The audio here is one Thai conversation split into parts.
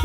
ศ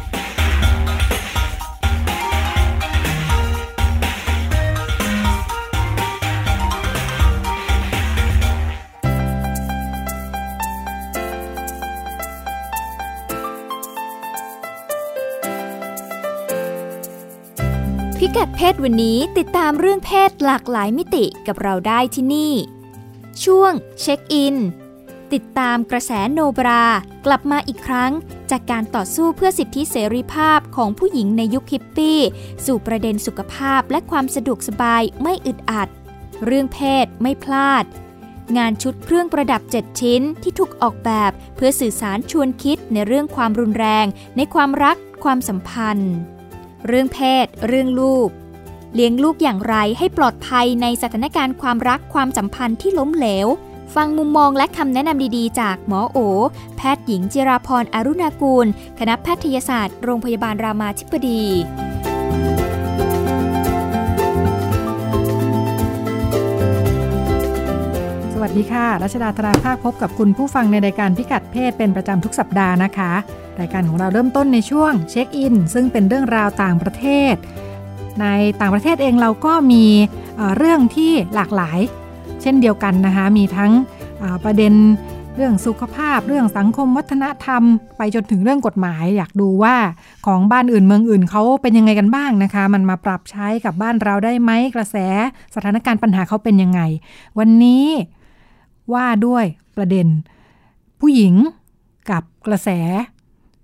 พิกัดเพศวันนี้ติดตามเรื่องเพศหลากหลายมิติกับเราได้ที่นี่ ช่วงเช็คอิน ติดตามกระแสโนบรากลับมาอีกครั้ง จากการต่อสู้เพื่อสิทธิเสรีภาพของผู้หญิงในยุคฮิปปี้ สู่ประเด็นสุขภาพและความสะดวกสบายไม่อึดอัด เรื่องเพศไม่พลาด งานชุดเครื่องประดับ 7 ชิ้นที่ถูกออกแบบเพื่อสื่อสารชวนคิดในเรื่องความรุนแรง ในความรักความสัมพันธ์ เรื่องเพศ เรื่องลูก เลี้ยงลูกอย่างไรให้ปลอดภัยในสถานการณ์ความรักความสัมพันธ์ที่ล้มเหลว ฟังมุมมองและคำแนะนำดีๆ จากหมอโอ แพทย์หญิงจิราพรอรุณากูล คณะแพทยศาสตร์ โรงพยาบาลรามาธิบดี สวัสดีค่ะ รัชดาธราภาคพบกับคุณผู้ฟังในรายการพิกัดเพศเป็นประจำทุกสัปดาห์นะคะ รายการของเราเริ่มต้นในช่วงเช็คอิน ซึ่งเป็นเรื่องราวต่างประเทศ ในต่างประเทศเองเราก็มีเอ่อเรื่องที่หลากหลาย เช่นเดียวกันนะคะ มีทั้งเอ่อประเด็นเรื่องสุขภาพ เรื่องสังคมวัฒนธรรม ไปจนถึงเรื่องกฎหมาย อยากดูว่าของบ้านอื่นเมืองอื่นเขาเป็นยังไงกันบ้างนะคะ มันมาปรับใช้กับบ้านเราได้ไหมกระแสสถานการณ์ปัญหาเขาเป็นยังไง วันนี้ว่าด้วยประเด็น ผู้หญิงกับกระแส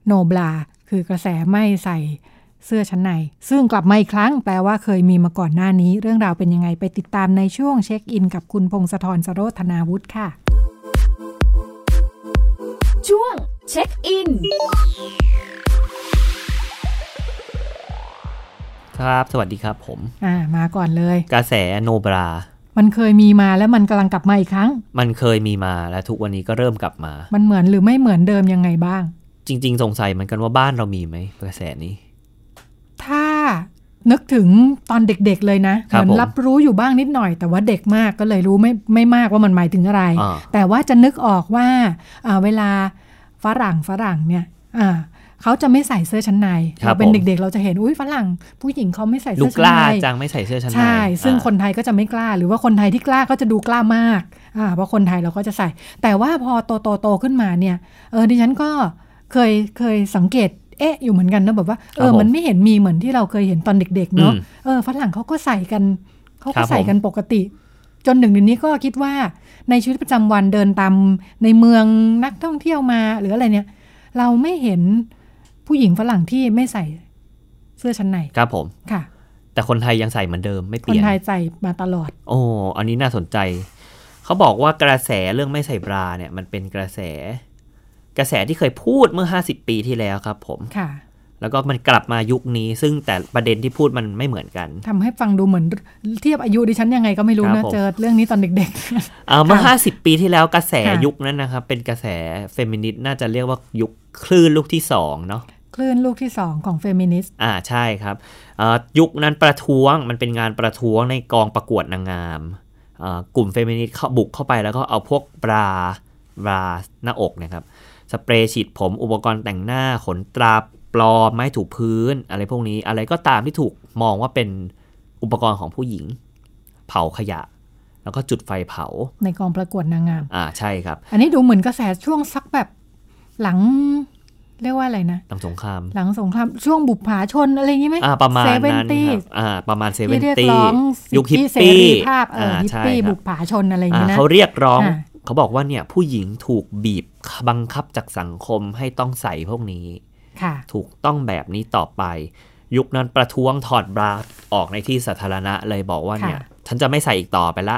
โนบลา คือกระแสไม่ใส่เสื้อชั้นใน ซึ่งกลับมาอีกครั้งแปลว่าเคยมีมาก่อนหน้านี้ เรื่องราวเป็นยังไงไปติดตามในช่วงเช็คอิน กับคุณพงศธรสโรธนาวุฒิค่ะ ช่วงเช็คอิน ครับ สวัสดีครับผม อ่ามาก่อนเลย กระแสโนบรา มันเคยมีมาแล้วมันกำลังกลับมาอีกครั้ง มันเคยมีมาและทุกวันนี้ก็เริ่มกลับมา มันเหมือนหรือไม่เหมือนเดิมยังไงบ้าง จริง ๆ สงสัยเหมือนกันว่าบ้านเรามีไหมกระแสนี้ ถ้านึกถึงตอนเด็กๆเลยนะ ครั เห บ มือน ผม รับรู้อยู่บ้างนิดหน่อย แต่ว่าเด็กมากก็เลยรู้ไม่ไม่มากว่ามันหมายถึงอะไร อ่า แต่ว่าจะนึกออกว่าอ่าเวลาฝรั่งฝรั่งเนี่ยอ่าเขาจะไม่ใส่เสื้อชั้นใน ครับ เราเป็น ผม เด็กๆ เราจะเห็นอุ้ยฝรั่ง ผู้หญิงเขาไม่ใส่ ลู เสื้ ก อก ชั้น ล้า ใน จังไม่ใส่เสื้อชั้นใน ใช่ ซึ่ง อ่า คนไทยก็จะไม่กล้า หรือว่าคนไทยที่กล้าก็จะดูกล้ามากอ่าเพราะคนไทยเราก็จะใส่ แต่ว่าพอโตโตโตๆขึ้นมาเนี่ยเออดิฉันก็เคยเคยสังเกตเอ๊ะอยู่เหมือนกันนะแบบว่าเออมันไม่เห็นมีเหมือนที่เราเคยเห็นตอนเด็ก ๆ เนาะ อืม เออฝรั่งเขาก็ใส่กันเขา ครั ก็ บผม ใส่กันปกติ จนหนึ่งเดี๋ยวนี้ก็คิดว่าในชีวิตประจำวันเดินตามในเมืองนักท่องเที่ยวมาหรืออะไรเนี่ย เราไม่เห็นผู้หญิงฝรั่งที่ไม่ใส่เสื้อชั้นใน ครับผม ค่ะ แต่คนไทยยังใส่เหมือนเดิมไม่เป คน ลี่ยน ไทยใส่มาตลอด โอ้อันนี้น่าสนใจ เขาบอกว่ากระแสเรื่องไม่ใส่บราเนี่ย มันเป็นกระแส กระแสที่เคยพูดเมื่อ 50 ปีที่แล้วครับผม ค่ะ แล้วก็มันกลับมายุคนี้ ซึ่งแต่ประเด็นที่พูดมันไม่เหมือนกัน ทำให้ฟังดูเหมือนเทียบอายุดิฉันยังไงก็ไม่รู้ ครับ นะ ผม เจอเรื่องนี้ตอนเด็ก เอ่อเมื่อ ค่ะ 50 ปีที่แล้วกระแส ค่ะ ยุคนั้นนะครับ เป็นกระแสเฟมินิสต์น่าจะเรียกว่ายุคคลื่นลูกที่สองเนาะ ๆ คลื่นลูกที่สองของเฟมินิสต์ อ่าใช่ครับเอ่อยุคนั้นประท้วงมันเป็นงานประท้วงในกองประกวดนางงามเอ่อกลุ่มเฟมินิสต์เข้าบุกเข้าไปแล้วก็เอาพวกบราบราหน้าอกเนะครับสเปรย์ฉีดผมอุปกรณ์แต่งหน้าขนตราปลอมไม้ถูพื้น อะไรพวกนี้อะไรก็ตามที่ถูกมองว่าเป็นอุปกรณ์ของผู้หญิง เผาขยะ แล้วก็จุดไฟเผา ในกองประกวดนางงาม อ่าใช่ครับ อันนี้ดูเหมือนกระแสช่วงสักแบบหลัง เรียกว่าอะไรนะ หลังสงคราม หลังสงครามช่วงบุปผาชนอะไรอย่างนี้ไหม อ่าประมาณ เซ นั้น เวนตี้ ครับอ่าประมาณเซเว ที่ น เรียก ตี้ ร้อง ยุคฮิ สิทธิเสปปี้ รีภาพเออฮิป ใช่ ปี้ ครับ บุปผาชนอะไรอย่างนี้ อ่า นะ เขาเรียกร้อง อ่า เขาบอกว่าเนี่ยผู้หญิงถูกบีบบังคับจากสังคมให้ต้องใส่พวกนี้ ค่ะ ถูกต้องแบบนี้ต่อไป ยุคนั้นประท้วงถอดบราออกในที่สาธารณะเลยบอกว่าเนี่ย ค่ะ ฉันจะไม่ใส่อีกต่อไปละ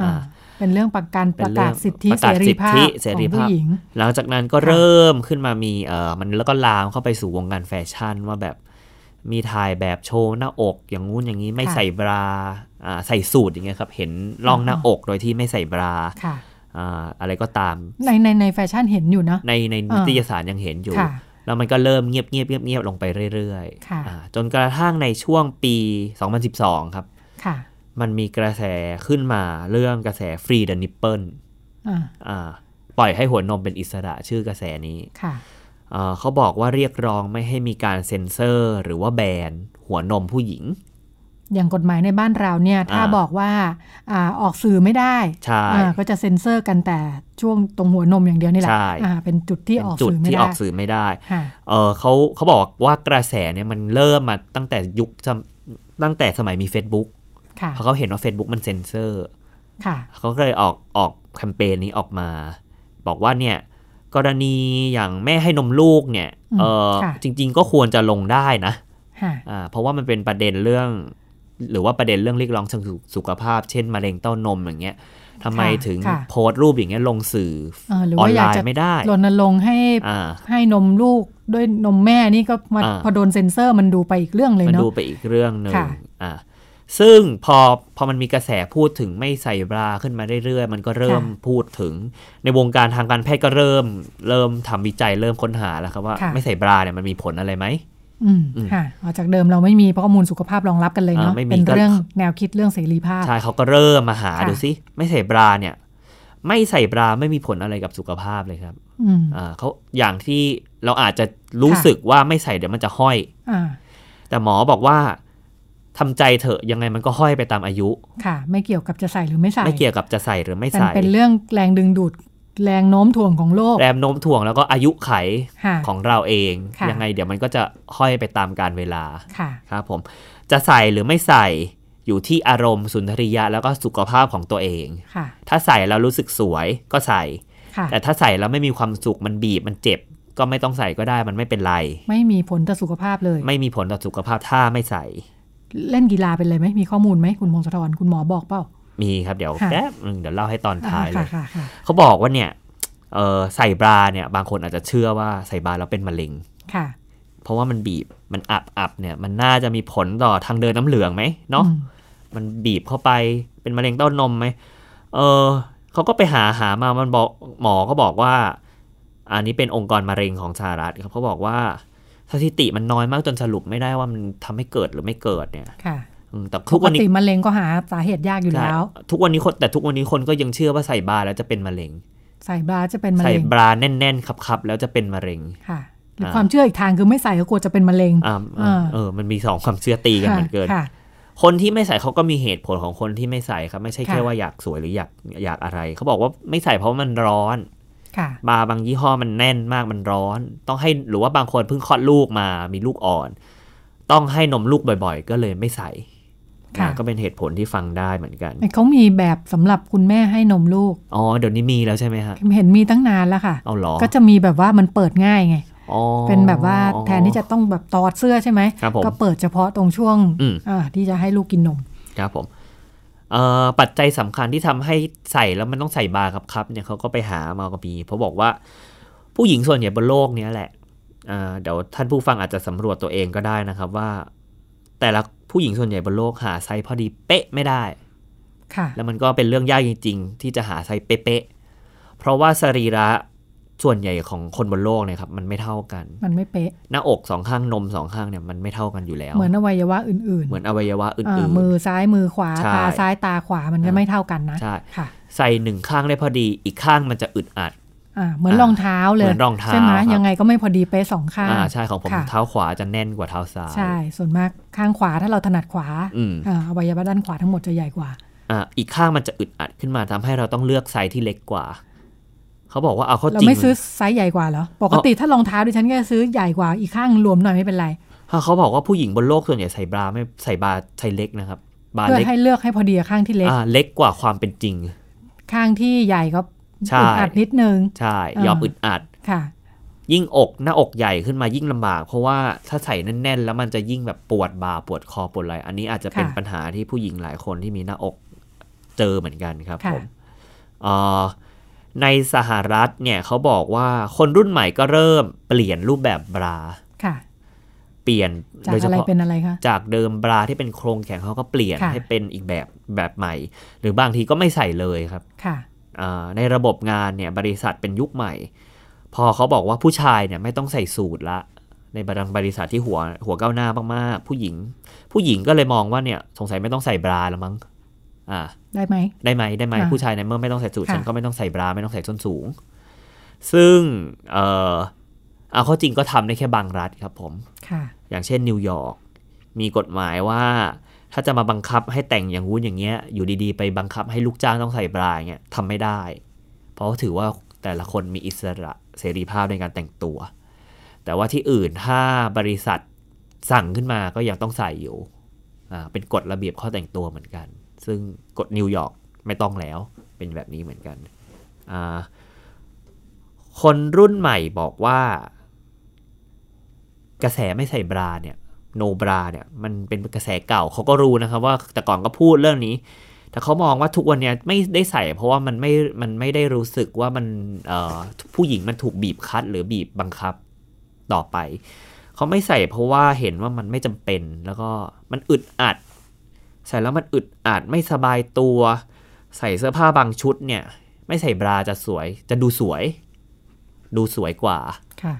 อ่า อ่า เป็นเรื่องประกัน เป็ ประนเรื่ กา อง ศสิทธิ ประ เส กาศ รีภาพ สิทธิ ข เส อง รี ผู้ ภาพ หญิง หลังจากนั้นก็ ค่ะ เริ่มขึ้นมามีเออมันแล้วก็ลามเข้าไปสู่วงการแฟชั่นว่าแบบ มีถ่ายแบบโชว์หน้าอกอย่างงู้นอย่างนี้ไม่ใส่บราอ่าใส่สูทอย่างเงี้ยครับเห็นร่องหน้าอกโดยที่ไม่ใส่บรา ค่ะ อ่าอะไรก็ตาม ในในในแฟชั่นเห็นอยู่เนาะ ในใน อ่านิ นิตยสารยังเห็นอยู่ ค่ะ แล้วมันก็เริ่มเงียบเงียบเงียบเงียบลงไปเรื่อย ค่ะ ๆอ่าจนกระทั่งในช่วงปี 2012 ครับ ค่ะ มันมีกระแสขึ้นมาเรื่องกระแสฟรีเดนิปเปิล อ่า ปล่อยให้หัวนมเป็นอิสระชื่อกระแสนี้ ค่ะ อ่าเขาบอกว่าเรียกร้องไม่ให้มีการเซ็นเซอร์ หรือว่าแบนหัวนมผู้หญิง อย่างกฎหมายในบ้านเราเนี่ยถ้า อ่า บอกว่าอ่าออกสื่อไม่ได้ ใช่ อ่าก็จะเซ็นเซอร์กันแต่ช่วงตรงหัวนมอย่างเดียวนี่แหละ ใช่ อ่าเป็นจุดที่ เป็ ออก นจุด สื่อไม่ ที่ ได้ ออกสื่อไม่ได้ ค่ะ เออเขาเขาบอกว่ากระแสเนี่ยมันเริ่มมาตั้งแต่ยุคสมตั้งแต่สมัยมี Facebook ค่ะ เพราะเขาเห็นว่า Facebook มันเซ็นเซอร์ ค่ะ เขาก็เลยออกออกแคมเปญนี้ออกมา บอกว่าเนี่ยกรณีอย่างแม่ให้นมลูกเนี่ยเออจริง ๆ ก็ควรจะลงได้นะ ค่ะ อ่าเพราะว่ามันเป็นประเด็นเรื่อง หรือว่าประเด็นเรื่องเรียกร้องเชิงสุขภาพ เช่นมะเร็งเต้านมอย่างเงี้ยทำไมถึงโพสต์รูปอย่างเงี้ยลงสื่อ เออหรือ ออน ว่าอ ไล ยากจะ น์ไม่ได้ รณรงค์ให้ อ่า ให้นมลูกด้วยนมแม่นี่ก็มา อ่า พอโดนเซ็นเซอร์มันดูไปอีกเรื่องเลย มัน เนาะ ดูไปอีกเรื่องหนึ่ง ค่ะ อ่ะซึ่งพอพอมันมีกระแสพูดถึงไม่ใส่บราขึ้นมาเรื่อยๆ มันก็เริ่มพูดถึง ในวงการทางการแพทย์ก็เริ่ม เริ่มทำวิจัยเริ่มค้นหาแล้วครับว่า ค่ะ ไม่ใส่บราเนี่ยมันมีผลอะไรไหม อืม อืม ค่ะออกจากเดิมเราไม่มีข้อมูลสุขภาพรองรับกันเลยเนาะ อ่าไม่มี เป็น ก็ เรื่องแนวคิดเรื่องเสรีภาพ ใช่เขาก็เริ่มมาหา ค่ะ ดูสิไม่ใส่บราเนี่ย ไม่ใส่บราไม่มีผลอะไรกับสุขภาพเลยครับ อืม อ่าเขาอย่างที่เราอาจจะรู้สึกว่าไม่ใส่เดี๋ยวมันจะห้อย อ่า แต่หมอบอกว่าทำใจเถอะยังไงมันก็ห้อยไปตามอายุ ค่ะ ไม่เกี่ยวกับจะใส่หรือไม่ใส่ ไม่เกี่ยวกับจะใส่หรือไม่ มัน ใส่ เป็นเรื่องแรงดึงดูดแรงโน้มถ่วงของโลก แรงโน้มถ่วงแล้วก็อายุไข ค่ะ ของเราเอง ค่ะ ยังไงเดี๋ยวมันก็จะห้อยไปตามการเวลา ค่ะ ครับผม จะใส่หรือไม่ใส่อยู่ที่อารมณ์สุนทรียะแล้วก็สุขภาพของตัวเอง ค่ะ ถ้าใส่แล้วรู้สึกสวยก็ใส่ ค่ะ แต่ถ้าใส่แล้วไม่มีความสุขมันบีบมันเจ็บ ก็ไม่ต้องใส่ก็ได้มันไม่เป็นไร ไม่มีผลต่อสุขภาพเลย ไม่มีผลต่อสุขภาพถ้าไม่ใส่ เล่นกีฬาเป็นเลยไหม มีข้อมูลไหมคุณพงศธรคุณหมอบอกเปล่า มีครับเดี๋ยว ค่ะ แป๊บนึงเดี๋ยวเล่าให้ตอนท้ายเล ค่ะ ย ค่ะค่ะ เขาบอกว่าเนี่ยเออใส่บราเนี่ย บางคนอาจจะเชื่อว่าใส่บราแล้วเป็นมะเร็ง ค่ะ เพราะว่ามันบีบ มันอับอับเนี่ย มันน่าจะมีผลต่อทางเดินน้ำเหลืองไหมเนาะ อืม มันบีบเข้าไป เป็นมะเร็งเต้านมไหม เออ เขาก็ไปหาหามา มันบอกหมอก็บอกว่า อันนี้เป็นองค์กรมะเร็งของสหรัฐครับเขาบอกว่าสถิติมันน้อยมากจนสรุปไม่ได้ว่ามันทำให้เกิดหรือไม่เกิดเนี่ย ค่ะ อืมแต่ ป ทุก ก วันนี้ ติมะเร็งก็หาสาเหตุยากอยู่แล้ว ใช่ทุกวันนี้คนแต่ทุกวันนี้คนก็ยังเชื่อว่าใส่บราแล้วจะเป็นมะเร็ง ใส่บราจะเป็นมะ ใส่ เร็ง บราแน่นๆคับๆแล้วจะเป็นมะเร็ง ค่ะหรืออา ความเชื่ออีกทางคือไม่ใส่ก็กลัวจะเป็นมะเร็ง อ่า อ่า เออ มันมีสองความเชื่อตีกันเหมือนเกิน ค่ะ คนที่ไม่ใส่เขาก็มีเหตุผลของคนที่ไม่ใส่ครับ ไม่ใช่แค่ ค่ะ ว่าอยากสวยหรืออยากอยากอะไร เขาบอกว่าไม่ใส่เพราะมันร้อน ค่ะ บาร์บางยี่ห้อมันแน่นมากมันร้อน ต้องให้หรือว่าบางคนเพิ่งคลอดลูกมามีลูกอ่อน ต้องให้นมลูกบ่อยๆ ก็เลยไม่ใส่ ค่ะ นะก็เป็นเหตุผลที่ฟังได้เหมือนกัน เขามีแบบสำหรับคุณแม่ให้นมลูก อ๋อเดี๋ยวนี้มีแล้วใช่ไหมฮะ เห็นมีตั้งนานแล้วค่ะ เอาเหรอ ก็จะมีแบบว่ามันเปิดง่ายไง อ๋อ เป็นแบบว่าแทนที่จะต้องแบบตอดเสื้อใช่ไหม ครับผม ก็เปิดเฉพาะตรงช่วง อืม อ่าที่จะให้ลูกกินนม ครับผมเอ่อปัจจัยสำคัญที่ทำให้ใส่แล้วมันต้องใส่บาร์ครับครับเนี่ยเขาก็ไปหามากับมีเพราะบอกว่า ผู้หญิงส่วนใหญ่บนโลกเนี้ยแหละเอ่อเดี๋ยวท่านผู้ฟังอาจจะสำรวจตัวเองก็ได้นะครับว่า แต่ละผู้หญิงส่วนใหญ่บนโลกหาไซส์พอดีเป๊ะไม่ได้ ค่ะ แล้วมันก็เป็นเรื่องยากจริง ๆ ที่จะหาไซส์เป๊ะๆเพราะว่าสรีระส่วนใหญ่ของคนบนโลกเนี่ยครับมันไม่เท่ากัน มันไม่เป๊ะ หน้าอกสองข้างนมสองข้างเนี่ยมันไม่เท่ากันอยู่แล้ว เหมือนอวัยวะอื่น เหมือนอวัยวะอ อ่า ื่น มือซ้ายมือขวา ใช่ ตาซ้ายตาขวามันจะ อ่า ไม่เท่ากันนะ ใช่ ค่ะ ใส่หนึ่งข้างได้พอดี อีกข้างมันจะอึดอัด อ่า เหมือน อ่าร องเท้าเลย เหมือนรองเท้า ใช่ไหม ครับ ยังไงก็ไม่พอดีเป๊ะสองข้าง อ่าใช่ของผม ค่ะ เท้าขวาจะแน่นกว่าเท้าซ้าย ใช่ ส่วนมากข้างขวาถ้าเราถนัดขวา อืม อ่าอวัยวะด้านขวาทั้งหมดจะใหญ่กว่า อ่าอีกข้างมันจะอึดอัดขึ้นมาทำให้เราต้องเลือกไซส์ที่เล็กกว่า เขาบอกว่าเอาเข้า เรา จริง ไม่ซื้อไซส์ใหญ่กว่าเหรอ ปกติถ้ารองเท้าดิฉันก็จะซื้อใหญ่กว่าอีกข้างรวมหน่อยไม่เป็นไร เขาบอกว่าผู้หญิงบนโลกส่วนใหญ่ใส่บราไม่ใส่บราใส่เล็กนะครับบรา เพื่อ เล็ก ให้เลือกให้พอดีกับข้างที่เล็ก อ่าเล็กกว่าความเป็นจริง ข้างที่ใหญ่ก็ ใช่ อึดอัดนิดนึง ใช่ยอม อ่า อึดอัด ค่ะ ยิ่งอกหน้าอกใหญ่ขึ้นมายิ่งลำบาก เพราะว่าถ้าใส่แน่นๆ แล้วมันจะยิ่งแบบปวดบ่าปวดคอปวดอะไรอันนี้อาจจะเป็น ค่ะ ปัญหาที่ผู้หญิงหลายคนที่มีหน้าอกเจอเหมือนกันครับ ค่ะ ผมเอ่อในสหรัฐเนี่ยเขาบอกว่าคนรุ่นใหม่ก็เริ่มเปลี่ยนรูปแบบบรา ค่ะ เปลี่ยน จาก โดยเฉ อะไร พาะ เป็นอะไรคะ จากเดิมบราที่เป็นโครงแข็งเขาก็เปลี่ยน ค่ะ ให้เป็นอีกแบบแบบใหม่ หรือบางทีก็ไม่ใส่เลยครับ ค่ะ อ่าในระบบงานเนี่ยบริษัทเป็นยุคใหม่ พอเขาบอกว่าผู้ชายเนี่ยไม่ต้องใส่สูทละ ในบางบริษัทที่หัวหัวก้าวหน้ามากๆผู้หญิง ผู้หญิงก็เลยมองว่าเนี่ยสงสัยไม่ต้องใส่บราแล้วมั้ง อ่า ได้ไหม ได้ไหมได้ไหม ค่ะ ผู้ชายในเมื่อไม่ต้องใส่สูท ค่ะ ฉันก็ไม่ต้องใส่บราไม่ต้องใส่ส้นสูง ซึ่งเออเอาเข้อจริงก็ทำได้แค่บางรัฐครับผม ค่ะ อย่างเช่นนิวยอร์กมีกฎหมายว่า ถ้าจะมาบังคับให้แต่งอย่างวุ้นอย่างเงี้ย อยู่ดีๆ ไปบังคับให้ลูกจ้างต้องใส่บราอย่างเงี้ยทำไม่ได้ เพราะถือว่าแต่ละคนมีอิสระเสรีภาพในการแต่งตัว แต่ว่าที่อื่นถ้าบริษัทสั่งขึ้นมาก็ยังต้องใส่อยู่อ่าเป็นกฎระเบียบข้อแต่งตัวเหมือนกัน ซึ่งกฎนิวยอร์กไม่ต้องแล้วเป็นแบบนี้เหมือนกันอ่าคนรุ่นใหม่บอกว่า กระแสไม่ใส่บราเนี่ยโนบราเนี่ยมันเป็นกระแสเก่าเขาก็รู้นะครับว่าแต่ก่อนก็พูดเรื่องนี้ แต่เขามองว่าทุกวันเนี่ยไม่ได้ใส่ เพราะว่ามันไม่มันไม่ได้รู้สึกว่ามันเอ่อผู้หญิงมันถูกบีบคั้นหรือบีบบังคับต่อไป เขาไม่ใส่เพราะว่าเห็นว่ามันไม่จำเป็นแล้วก็มันอึดอัด ใส่แล้วมันอึดอัดไม่สบายตัว ใส่เสื้อผ้าบางชุดเนี่ย ไม่ใส่บราจะสวย จะดูสวย ดูสวยกว่า ค่ะ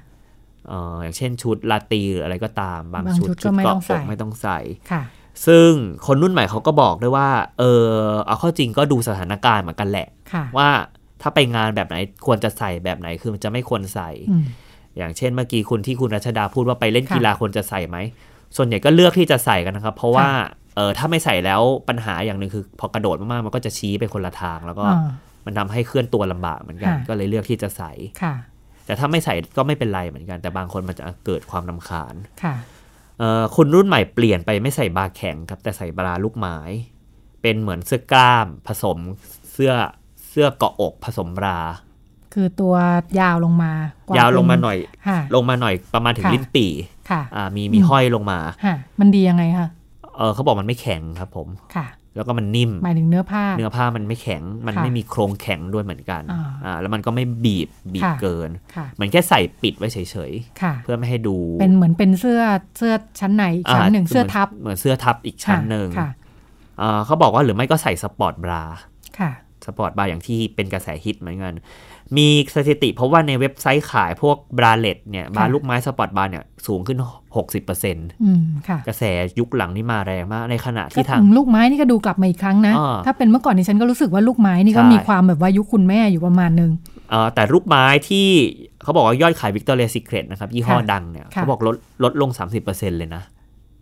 เอ่ออย่างเช่นชุดลาตรีหรืออะไรก็ตามบาง บาง ชุด ชุดก็ไม่ต้องใส่ เกาะกไม่ต้องใส่ ค่ะ ซึ่งคนรุ่นใหม่เขาก็บอกด้วยว่า เออเอาเข้อจริงก็ดูสถานการณ์เหมือนกันแหละ ค่ะ ว่าถ้าไปงานแบบไหนควรจะใส่แบบไหนคือมันจะไม่ควรใส่ อืม อย่างเช่นเมื่อกี้คุณที่คุณรัชดาพูดว่าไปเล่น ค่ะ กีฬาควรจะใส่ไหม ส่วนใหญ่ก็เลือกที่จะใส่กันนะครับ เพราะว่าเออถ้าไม่ใส่แล้วปัญหาอย่างหนึ่งคือ พอกระโดดมากๆมันก็จะชี้ไปคนละทาง แล้วก็ อ่า มันทำให้เคลื่อนตัวลำบากเหมือนกัน ค่ะ ก็เลยเลือกที่จะใส่ ค่ะ แต่ถ้าไม่ใส่ก็ไม่เป็นไรเหมือนกัน แต่บางคนมันจะเกิดความนำคาญ ค่ะ เอ่อคนรุ่นใหม่เปลี่ยนไปไม่ใส่บาแข็งครับ แต่ใส่บราลูกไม้ เป็นเหมือนเสื้อกล้ามผสมเสื้อเสื้อเกาะอกผสมบรา คือตัวยาวลงมาก ยาวลงมาหน่อย ค่ะ ลงมาหน่อยประมาณถึง ค่ะ ลิ้นปี่ ค่ะ อ่ามีมี อืม ห้อยลงมา ค่ะ มันดียังไงคะ เออเขาบอกมันไม่แข็งครับผม ค่ะ แล้วก็มันนิ่ม หมายถึงเนื้อผ้า เนื้อผ้ามันไม่แข็ง มัน ค่ะ ไม่มีโครงแข็งด้วยเหมือนกัน อ่า อ่าแล้วมันก็ไม่บีบบีบ ค่ะ เกิน ค่ะ เหมือนแค่ใส่ปิดไว้เฉย ค่ะ ๆ เพื่อไม่ให้ดู เป็นเหมือนเป็นเสื้อเสื้อชั้นในอีกชั้นหนึ่ง า เสื้อทับ เหมือนเสื้อทับอีกชั้นหนึ่ง ค่ะ อ่าเขาบอกว่าหรือไม่ก็ใส่สปอร์ตบรา ค่ะ สปอร์ตบราอย่างที่เป็นกระแสฮิตเหมือนกัน มีสถิติเพราะว่าในเว็บไซต์ขายพวกบราเลตเนี่ยบราลูกไม้สปอร์ตบราเนี่ยสูงขึ้น 60% อืม ค่ะ กระแสยุคหลังนี่มาแรงมาก ในขณะ ก็ ที่ทาง อืมลูกไม้นี่ก็ดูกลับมาอีกครั้งนะ อ่า ถ้าเป็นเมื่อก่อนนี่ฉันก็รู้สึกว่าลูกไม้นี่ก็ ใช่ มีความแบบว่ายุคคุณแม่อยู่ประมาณหนึง เอ่อแต่ลูกไม้ที่เขาบอกว่ายอดขายวิกตอเรียซีเครตนะครับ ยี่ห้อ ค่ะ ดังเนี่ย ค่ะ เขาบอกลดลดลง 30%เลยนะ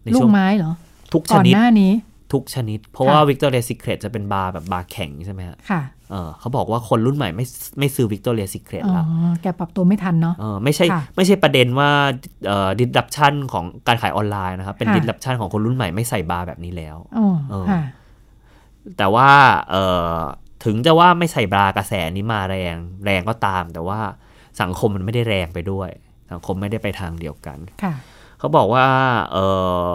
ใน ลู ช่ว ก ง ไม้เหรอ ทุกช ก่อน นิด หน้านี้ ทุกชนิด เพราะ ค่ะ ว่าวิกตอเรียซีเครตจะเป็นบาร์แบบบาร์แข็งใช่ไหมฮะ ค่ะ เออเขาบอกว่าคนรุ่นใหม่ไม่ไม่ซื้อวิกตอเรียซิเครต อ๋อ แล้ว แกปรับตัวไม่ทันเนาะ เออไม่ใช่ ค่ะ ไม่ใช่ประเด็นว่าดิสดับชันของการขายออนไลน์นะครับ เป็น ค่ะ ดิสดับชันของคนรุ่นใหม่ไม่ใส่บาร์แบบนี้แล้ว อ๋อ เออ ค่ะ แต่ว่าเออถึงจะว่าไม่ใส่บาร์กระแสนี้มาแรงแรงก็ตาม แต่ว่าสังคมมันไม่ได้แรงไปด้วย สังคมไม่ได้ไปทางเดียวกัน ค่ะ เขาบอกว่าเออ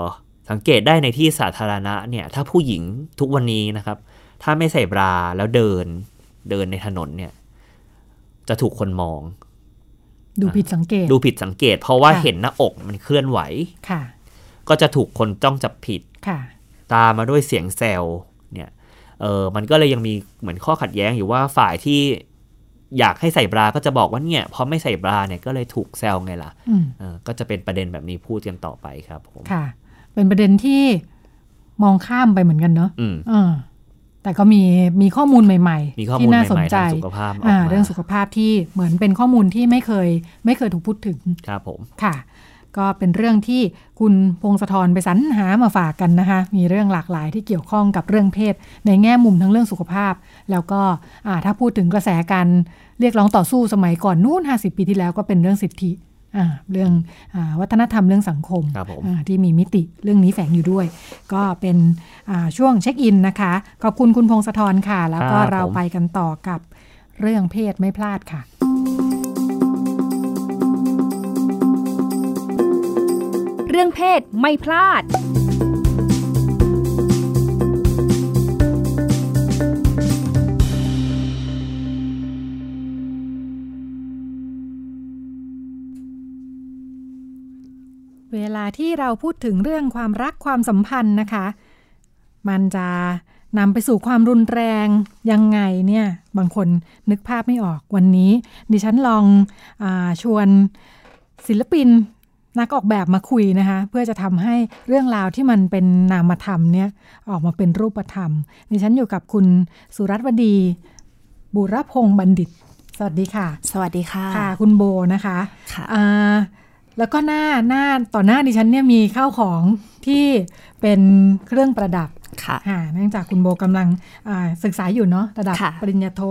สังเกตได้ในที่สาธารณะเนี่ยถ้าผู้หญิงทุกวันนี้นะครับ ถ้าไม่ใส่บราแล้วเดินเดินในถนนเนี่ย จะถูกคนมอง ดูผิดสังเกต ดูผิดสังเกต เพราะว่า ค่ะ เห็นหน้าอกมันเคลื่อนไหว ค่ะ ก็จะถูกคนจ้องจับผิด ค่ะ ตามมาด้วยเสียงแซวเนี่ยเออมันก็เลยยังมีเหมือนข้อขัดแย้งอยู่ว่าฝ่ายที่อยากให้ใส่บราก็จะบอกว่าเนี่ยพอไม่ใส่บราเนี่ยก็เลยถูกแซวไงล่ะ อืม เออก็จะเป็นประเด็นแบบนี้พูดกันต่อไปครับผม ค่ะ เป็นประเด็นที่มองข้ามไปเหมือนกันเนาะ อืม เออแต่ก็มีมีข้อมูลใหม่ มีข้อ ที่ มูล น่า ให สน ม่ๆ ใจ ทางสุขภาพออก อ่า มา เรื่องสุขภาพที่เหมือนเป็นข้อมูลที่ไม่เคย ไม่เคยถูกพูดถึง ครับผม ค่ะ ก็เป็นเรื่องที่คุณพงศธรไปสรรหามาฝากกันนะคะ มีเรื่องหลากหลายที่เกี่ยวข้องกับเรื่องเพศ ในแง่มุมทั้งเรื่องสุขภาพ แล้วก็อ่าถ้าพูดถึงกระแสการเรียกร้องต่อสู้สมัยก่อนนู่น 50 ปีที่แล้วก็เป็นเรื่องสิทธิอ่าเรื่องอาวัฒนธรรมเรื่องสังคม ครับผม อ่าที่มีมิติเรื่องนี้แฝงอยู่ด้วย ก็เป็นอ่าช่วงเช็คอินนะคะ ขอบคุณคุณพงศธรค่ะ แล้วก็ ครับ เรา ผม ไปกันต่อกับเรื่องเพศไม่พลาดค่ะ เรื่องเพศไม่พลาด เวลาที่เราพูดถึงเรื่องความรักความสัมพันธ์นะคะ มันจะนำไปสู่ความรุนแรงยังไงเนี่ย บางคนนึกภาพไม่ออกวันนี้ ดิฉันลองอาชวนศิลปิน นักออกแบบมาคุยนะคะ เพื่อจะทำให้เรื่องราวที่มันเป็นนามธรรมเนี่ยออกมาเป็นรูปธรรมดิฉันอยู่กับคุณสุรัตน์วดี บุรพงษ์บัณฑิต สวัสดีค่ะ สวัสดีค่ะ ค่ะคุณโบนะคะ ค่ะ อ่าแล้วก็หน้าหน้าต่อหน้าดิฉันเนี่ยมีข้าวของที่เป็นเครื่องประดับ ค่ะ ค่ะเนื่องจากคุณโบกำลังอ่าศึกษาอยู่เนาะระดับ ค่ะ ปริญญาโท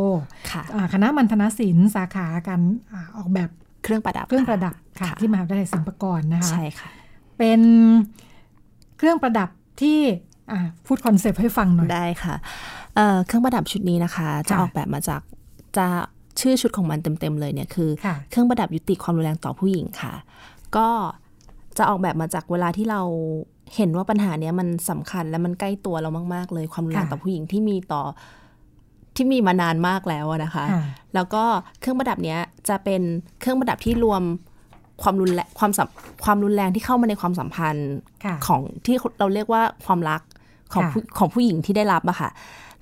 ค่ะ อ่าคณะมัณฑนศิลป์สาขาการอ่าออกแบบ เครื่องประดับ เครื่องประดับค่ะ ค่ะ ที่มหาวิทยาลัยศิลปากรนะคะ ใช่ค่ะ เป็นเครื่องประดับที่อ่าพูดคอนเซปต์ให้ฟังหน่อย ได้ค่ะเอ่อเครื่องประดับชุดนี้นะคะ จะ ค่ะ ออกแบบมาจากจะชื่อชุดของมันเต็มๆเลยเนี่ยคือ ค่ะ เครื่องประดับยุติความรุนแรงต่อผู้หญิงค่ะ ก็จะออกแบบมาจากเวลาที่เราเห็นว่าปัญหาเนี้ยมันสำคัญและมันใกล้ตัวเรามากๆ เลยความรุนแรง ค่ะ ต่อผู้หญิงที่มีต่อที่มีมานานมากแล้วอะนะคะ ค่ะ แล้วก็เครื่องประดับเนี้ยจะเป็นเครื่องประดับที่รวมความรุนแรงความสัมความรุนแรงที่เข้ามาในความสัมพันธ์ ค่ะ ของที่เราเรียกว่าความรักของ ค่ะ ผู้ของผู้หญิงที่ได้รับอะค่ะ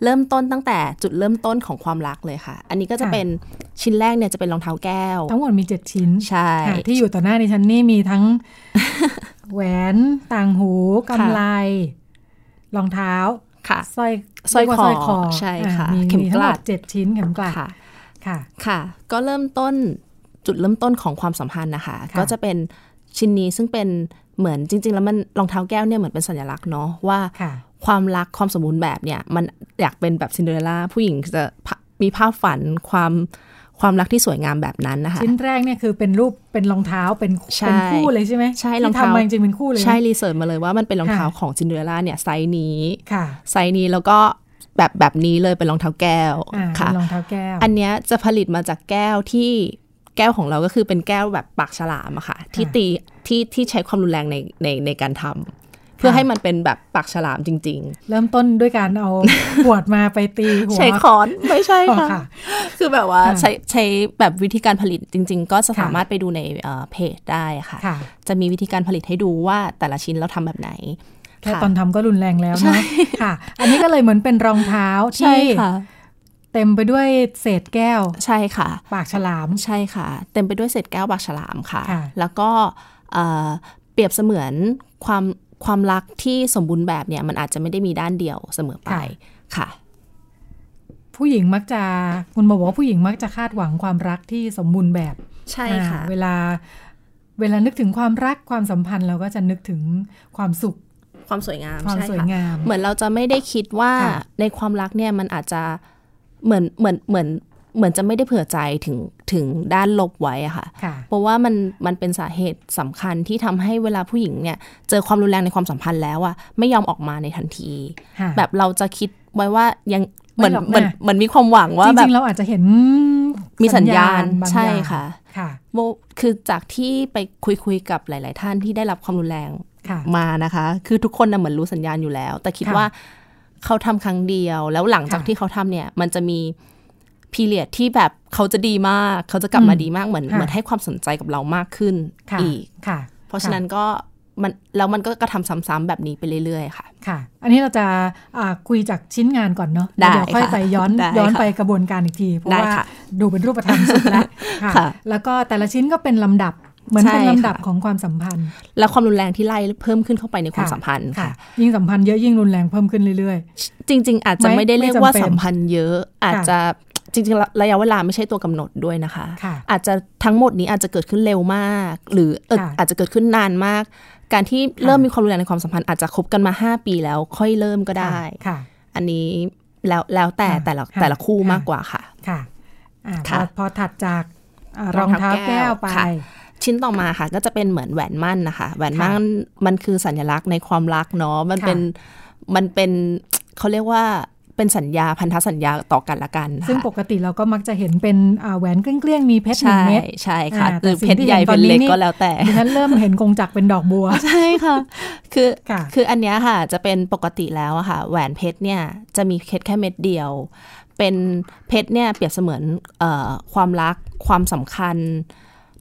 เริ่มต้นตั้งแต่จุดเริ่มต้นของความรักเลยค่ะ อันนี้ก็จะ ค่ะ เป็นชิ้นแรกเนี่ยจะเป็นรองเท้าแก้ว ทั้งหมดมีเจ็ดชิ้น ใช่ ค่ะที่อยู่ต่อหน้าดิฉันนี่มี ทั้ง แหวนต่างหูกำไรรองเท้า ค่ะ สร้อย สร้อย เกว่า คอ สร้อยคอ ใช่ค่ะ อ่ามี เข็ม มีทั้งหมด กลัด เจ็ดชิ้นเข็มกลัด ค่ะ ค่ะ ค่ะ ก็เริ่มต้นจุดเริ่มต้นของความสัมพันธ์นะคะ ค่ะ ก็จะเป็นชิ้นนี้ซึ่งเป็นเหมือนจริง ๆ แล้วมันรองเท้าแก้วเนี่ยเหมือนเป็นสัญลักษณ์เนาะว่า ค่ะ ความรักความสมบูรณ์แบบเนี่ยมันอยากเป็นแบบซินเดอเรลล่าผู้หญิงจะพะมีภาพฝันความความรักที่สวยงามแบบนั้นนะคะ ชิ้นแรกเนี่ยคือเป็นรูปเป็นรองเท้าเป็น ใช่ เป็นคู่เลยใช่ไหม ใช่รองเท้า ที่ทำมาจริงๆเป็นคู่เลยนะ ใช่รีเสิร์ชมาเลยว่ามันเป็นรอง ค่ะ เท้าของซินเดอเรลล่าเนี่ยไซส์นี้ ค่ะ ไซส์นี้แล้วก็แบบแบบนี้เลยเป็นรองเท้าแก้ว อ่า ค่ะ เป็นรองเท้าแก้ว อันเนี้ยจะผลิตมาจากแก้วที่แก้วของเราก็คือเป็นแก้วแบบปากฉลามอะค่ะ ที่ตีที่ที่ใช้ความรุนแรงในในในการทำเพื่อให้มันเป็นแบบปากฉลามจริง เริ่มต้นด้วยการ เอา ขวดมาไปตีหั ๆ ว ใช้ค้อนไม่ใช่ อ๋อ ค่ะ คือแบบว่า ค่ะ ใช้ใช้แบบวิธีการผลิตจริง ๆ ก็จะ ค่ะ สามารถไปดูในเอ่อเพจได้ค่ะ ค่ะ จะมีวิธีการผลิตให้ดูว่าแต่ละชิ้นเราทำแบบไหน แค่ตอนทำก็รุนแรงแล้วเนาะค่ะ อันนี้ก็เลยเหมือนเป็นรองเท้า ใช่ ที่ ค่ะ เต็มไปด้วยเศษแก้ว ใช่ค่ะ ปากฉลาม ใช่ค่ะ เต็มไปด้วยเศษแก้วบากฉลามค่ะ ค่ะ แล้วก็เอ่อเปรียบเสมือนความความรักที่สมบูรณ์แบบเนี่ยมันอาจจะไม่ได้มีด้านเดียวเสมอไปค่ะ ผู้หญิงมักจะคุณหมอบอกว่าผู้หญิงมักจะคาดหวังความรักที่สมบูรณ์แบบ ใช่ อ่าเวลา เวลานึกถึงความรักความสัมพันธ์เราก็จะนึกถึงความสุข ความสวยงาม ความ ใช่ สวย ค่ะ งาม เหมือนเราจะไม่ได้คิดว่า ค่ะ ในความรักเนี่ยมันอาจจะเหมือนเหมือนเหมือนเหมือนจะไม่ได้เผื่อใจถึงถึงด้านลบไว้อะค่ะ ค่ะ เพราะว่ามันมันเป็นสาเหตุสำคัญที่ทำให้เวลาผู้หญิงเนี่ยเจอความรุนแรงในความสัมพันธ์แล้วอะไม่ยอมออกมาในทันที แบบเราจะคิดไว้ว่ายังเห ไม่ มือน หรอก เหมือน นะ เหมือนมีความหวังว่า จ แบ ริ บ งๆเราอาจจะเห็น มีสัญญาณ บางอย่าง ใช่ค่ะ ค่ะ โบคือจากที่ไปคุยคุยๆกับหลาย ๆ ท่านที่ได้รับความรุนแรง ค่ะ มานะคะ คือทุกคนนะเหมือนรู้สัญญาณอยู่แล้ว แต่คิด ค่ะ ว่าเขาทำครั้งเดียว แล้วหลังจาก ค่ะ ที่เขาทำเนี่ย มันจะมีพีเรียดที่แบบเขาจะดีมาก เขาจะกลับมา อืม ดีมากเหมือน ค่ะ เหมือนให้ความสนใจกับเรามากขึ้น ค่ะ อีก ค่ะ เพราะฉะนั้นก็มันแล้วมันก็กระทำซ้ำๆแบบนี้ไปเรื่อย ๆ ค่ะ ค่ะ อันนี้เราจะอ่าคุยจากชิ้นงานก่อนเนาะ ได้ แล้วเดี๋ยวค่อย ค่ะ ไปย้อน ได้ ย้อน ค่ะ ไปกระบวนการอีกทีเพราะ ได้ ว่า ค่ะ ดูเป็นรูปธรรมสุดแล้วค่ะ ค่ะ แล้วก็แต่ละชิ้นก็เป็นลำดับเหมือนเป็น ใช่ ลำดับ ค่ะ ของความสัมพันธ์ และความรุนแรงที่ไล่เพิ่มขึ้นเข้าไปในความ ค่ะ สัมพันธ์ค่ะ ยิ่งสัมพันธ์เยอะยิ่งรุนแรงเพิ่มขึ้นเรื่อย จริง ๆ อาจจะ ไม่ ไม่ได้เรียกว่า ไม่จำเป็น สัมพันธ์เยอะ อาจจะจริงๆแล้วระยะเวลาไม่ใช่ตัวกำหนดด้วยนะคะ ค่ะ อาจจะทั้งหมดนี้อาจจะเกิดขึ้นเร็วมาก หรือเออ ค่ะ อาจจะเกิดขึ้นนานมาก การที่เริ่มมีความรุนแรงในความสัมพันธ์อาจจะคบกันมา 5 ปีแล้วค่อยเริ่มก็ ๆ ได้ ค่ะ อันนี้แล้วแล้วแต่ ค่ะ แต่ละ ค่ะ แต่ละคู่ ค่ะ มากกว่าค่ะ ค่ะอ่าพอ ค่ะ พอถัดจากอ่าร ร อ อง ง เท้า เท้าแก้ แก้ว ว ไป ค่ะ ชิ้นต่อมาค่ะ ก็จะเป็นเหมือนแหวนมั่นนะคะ แหวน ค่ะ มั่นมันคือสัญลักษณ์ในความรักเนาะมัน ค่ะ เป็นมันเป็นเขาเรียกว่าเป็นสัญญาพันธสัญญาต่อกันละกัน ซึ่ง ค่ะ ปกติเราก็มักจะเห็นเป็นอ่าแหวนเกลี้ยงๆมีเพชรหนึ่ ใช่ งเม็ด ใช่ค่ะ อ่า หรือ แต่สิ่ เพ ง ช ที่ รใหญ่ เห็นต เป็ อน น นี้ เล็ก นี่ ก็แล้วแต่ ดิฉันเริ่มเห็นกงจักรเป็นดอก บัว ใช่ค่ะ คือ ค่ะ คืออันเนี้ยค่ะ จะเป็นปกติแล้วอะค่ะ แหวนเพชรเนี่ยจะมีเพชรแค่เม็ดเดียว เป็นเพชรเนี่ยเปรียบเสมือนเออความรักความสำคัญ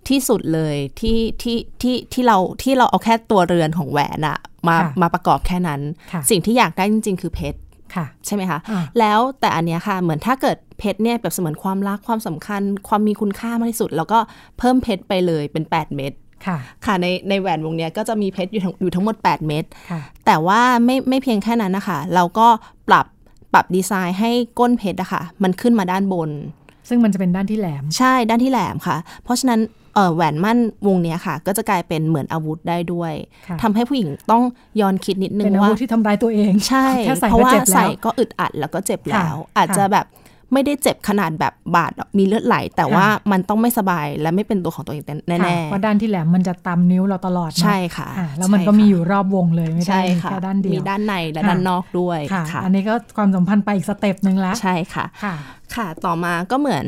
ที่สุดเลยที่ที่ที่ที่เราที่เราเอาแค่ตัวเรือนของแหวนอะมา ค่ะ มาประกอบแค่นั้น ค่ะ สิ่งที่อยากได้จริง ๆ คือเพชร ค่ะ ใช่ไหมคะ อ่า แล้วแต่อันเนี้ยค่ะเหมือนถ้าเกิดเพชรเนี่ยแบบเสมือนความรักความสำคัญ ความมีคุณค่ามากที่สุด แล้วก็เพิ่มเพชรไปเลยเป็น 8 เม็ด ค่ะ ค่ะในในแหวนวงเนี้ยก็จะมีเพชรอยู่ทั้งอยู่ทั้งหมด 8 เม็ด ค่ะ แต่ว่าไม่ไม่เพียงแค่นั้นนะคะ เราก็ปรับปรับดีไซน์ให้ก้นเพชรอะค่ะ มันขึ้นมาด้านบน ซึ่งมันจะเป็นด้านที่แหลม ใช่ด้านที่แหลมค่ะ เพราะฉะนั้นเอ่อแหวนมั่นวงเนี้ยค่ะ ก็จะกลายเป็นเหมือนอาวุธได้ด้วย ค่ะ ทำให้ผู้หญิงต้องย้อนคิดนิดนึ เป็น ง อา ว่า วุธที่ทำร้ายตัวเอง ใช่ แค่ใส่ เพราะ ก็ ว่า เจ็บแล้ว ใส่ก็อึดอัดแล้วก็เจ็บแล้ว ค่ะ อาจจะแบบไม่ได้เจ็บขนาดแบบบาดมีเลือดไหล แต่ ค่ะ ว่ามันต้องไม่สบายและไม่เป็นตัวของตัวเอง ค่ะ แน่ เพราะด้านที่แหลมมันจะตามนิ้วเราตลอด ๆ เนอะ ใช่ค่ะ อ่ะแล้วมันก็มีอยู่รอบวงเลยไม่ได้ ใช่ มี ค่ะ แค่ด้านเดียว มีด้านในและ ค่ะ ด้านนอกด้วย ค่ะ อันนี้ก็ความสัมพันธ์ไปอีกสเต็ปหนึ่งละ ใช่ค่ะ ค่ะ ค่ะ ต่อมาก็เหมือน